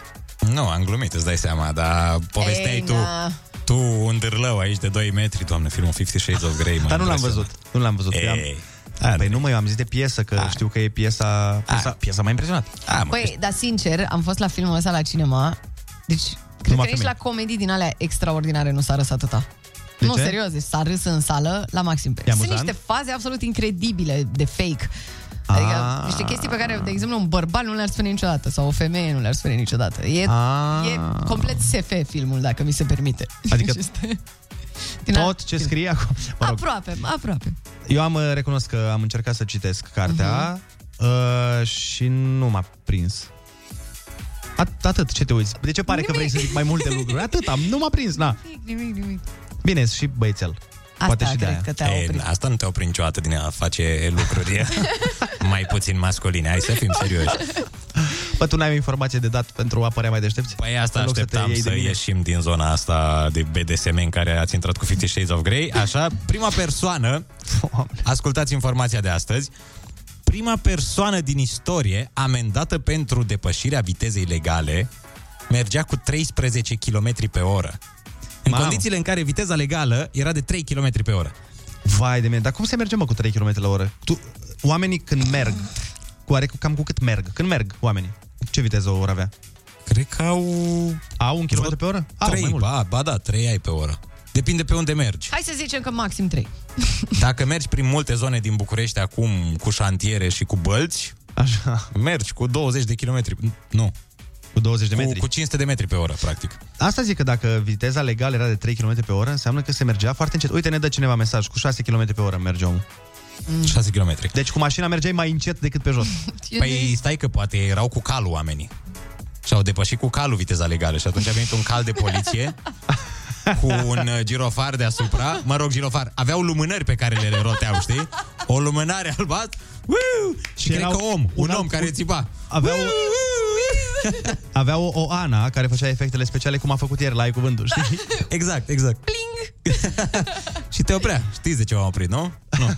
D: Nu, am glumit, îți dai seama, dar povesteai
A: Ei,
D: tu.
F: da.
A: na.
D: Tu, un dârlău aici de 2 metri, doamne, filmul Fifty Shades of Grey. m-a
C: Dar nu l-am
D: impresionat.
C: văzut, nu l-am văzut. Eu am-
D: Ei,
C: A, păi nu, mă, eu am zis de piesă, că știu că e piesa... Piesa, piesa m-a impresionat. deci A,
A: Păi, dar sincer, am fost la filmul ăsta la cinema, deci cred
C: Numai
A: că nici la
C: femei.
A: comedii din alea extraordinare nu s-a râs atâta.
C: De
A: nu,
C: ce?
A: serios, deci s-a râs în sală la maxim.
C: E
A: Sunt
C: amuzant?
A: niște faze absolut incredibile de fake. Adică
C: Ah.
A: niște chestii pe care, de exemplu, un bărbat nu le-ar spune niciodată sau o femeie nu le-ar spune niciodată. E,
C: Ah.
A: e complet SF filmul, dacă mi se permite.
C: Adică
A: Deci este-
C: tot
A: da.
C: ce scrie acum... Mă rog,
A: Aproape, aproape.
C: eu am
D: Mhm.
C: uh, recunosc că am încercat să citesc cartea uh, și nu m-a prins. At- atât, ce te uiți? De ce pare că vrei să zic mai multe lucruri? Atât, am, nu m-a prins, na.
A: Nimic, nimic.
C: Bine, și băiețel.
A: Asta
C: Poate și de
A: cred
C: aia.
A: că te-a
D: E,
A: oprit.
D: asta nu te opri niciodată din a face lucruri mai puțin masculine. Hai să fim serioși.
C: Bă, tu n-ai o informație de dat pentru a părea mai deștepți?
D: Păi asta
C: În loc să te
D: așteptam
C: iei de
D: să, să
C: mine.
D: ieșim din zona asta de BDSM în care ați intrat cu Fifty Shades of Grey. Așa, prima persoană, ascultați informația de astăzi, prima persoană din istorie amendată pentru depășirea vitezei legale mergea cu 13 km pe oră. În
C: Mamă.
D: condițiile în care viteza legală era de 3 km pe oră.
C: Vai de mine, dar cum se merge, mă, cu 3 km la oră? Tu, oamenii când merg, cu oare cam cu cât merg? Când merg oamenii? Ce viteză o oră avea?
D: Cred că au...
C: Au un kilometru pe oră? Au, mai
D: 3,
C: mult.
D: ba, ba da, 3 ai pe oră. Depinde pe unde mergi.
A: Hai să zicem că maxim 3.
D: Dacă mergi prin multe zone din București acum cu șantiere și cu bălți,
C: Așa.
D: mergi cu 20 de kilometri. Nu.
C: Cu 20 de
D: metri. Cu, 500 de metri pe oră, practic.
C: Asta zic că dacă viteza legală era de 3 km pe oră, înseamnă că se mergea foarte încet. Uite, ne dă cineva mesaj, cu 6 km pe oră merge omul.
D: 6 km.
C: Deci cu mașina mergeai mai încet decât pe jos.
D: Păi stai că poate erau cu calul oamenii. Și au depășit cu calul viteza legală și atunci a venit un cal de poliție cu un uh, girofar deasupra. Mă rog, girofar. Aveau lumânări pe care le roteau, știi? O lumânare albat. Woo! Și, și cred
C: erau
D: că om, un,
C: un
D: om
C: alt-
D: care țipa.
C: Aveau, aveau o, o Ana care făcea efectele speciale cum a făcut ieri la Ai Cuvântul, știi?
D: Exact, exact. Și te oprea. Știți de ce m-am oprit, nu? Nu.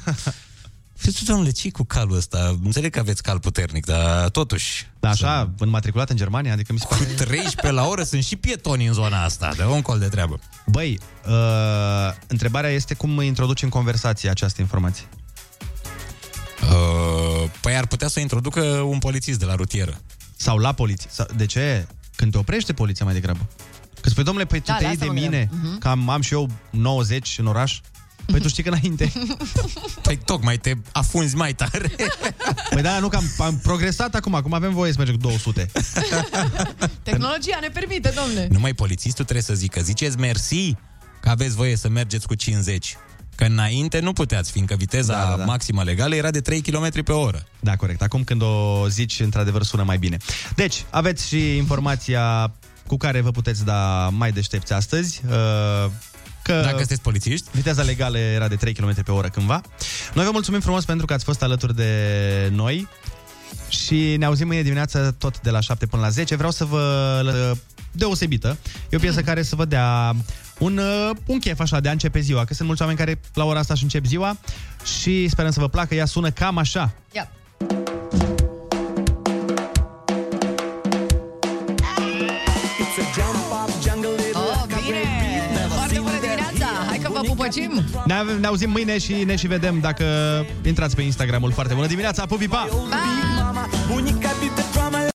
D: Și tu, domnule, ce cu calul ăsta? Înțeleg că aveți cal puternic, dar totuși...
C: Da, așa, înmatriculat în Germania, adică mi se
D: pare... Cu 13 la oră sunt și pietoni în zona asta, de un col de treabă.
C: Băi, uh, întrebarea este cum introduci în conversație această informație.
D: Uh, păi ar putea să introducă un polițist de la rutieră.
C: Sau la poliție. Sau, de ce? Când te oprește poliția mai degrabă. Că spui, domnule, păi tu
D: Da,
C: te
D: la
C: iei de
D: asta mă
C: mine,
D: gândeam. Mhm.
C: că am, am și eu 90 în oraș. Păi tu știi că înainte...
D: Păi tocmai te afunzi mai tare.
C: Păi da, nu, că am, am progresat acum, acum avem voie să mergem cu 200.
A: Tehnologia ne permite, domnule.
D: Numai polițistul trebuie să zică, ziceți mersi că aveți voie să mergeți cu 50. Că înainte nu puteați, fiindcă viteza da, da, da. maximă legală era de 3 km pe oră.
C: Da, corect. Acum când o zici, într-adevăr, sună mai bine. Deci, aveți și informația cu care vă puteți da mai deștepți astăzi. uh, Că
D: Dacă sunteți polițiști.
C: Viteza legală era de 3 km pe oră cândva. Noi vă mulțumim frumos pentru că ați fost alături de noi și ne auzim mâine dimineață tot de la 7 până la 10. Vreau să vă lă- deosebită. E o piesă care să vă dea un, uh, un chef așa de a începe ziua, că sunt mulți oameni care la ora asta își încep ziua și sperăm să vă placă. Ea sună cam așa.
A: Ia.
B: It's a jump up jungle little
A: Oh, bine! Foarte bună dimineața! Hai că vă pupăcim!
C: Ne, ne auzim mâine și ne și vedem dacă intrați pe Instagramul foarte bună dimineața. Pupi, pa!
B: Bunica beat the drum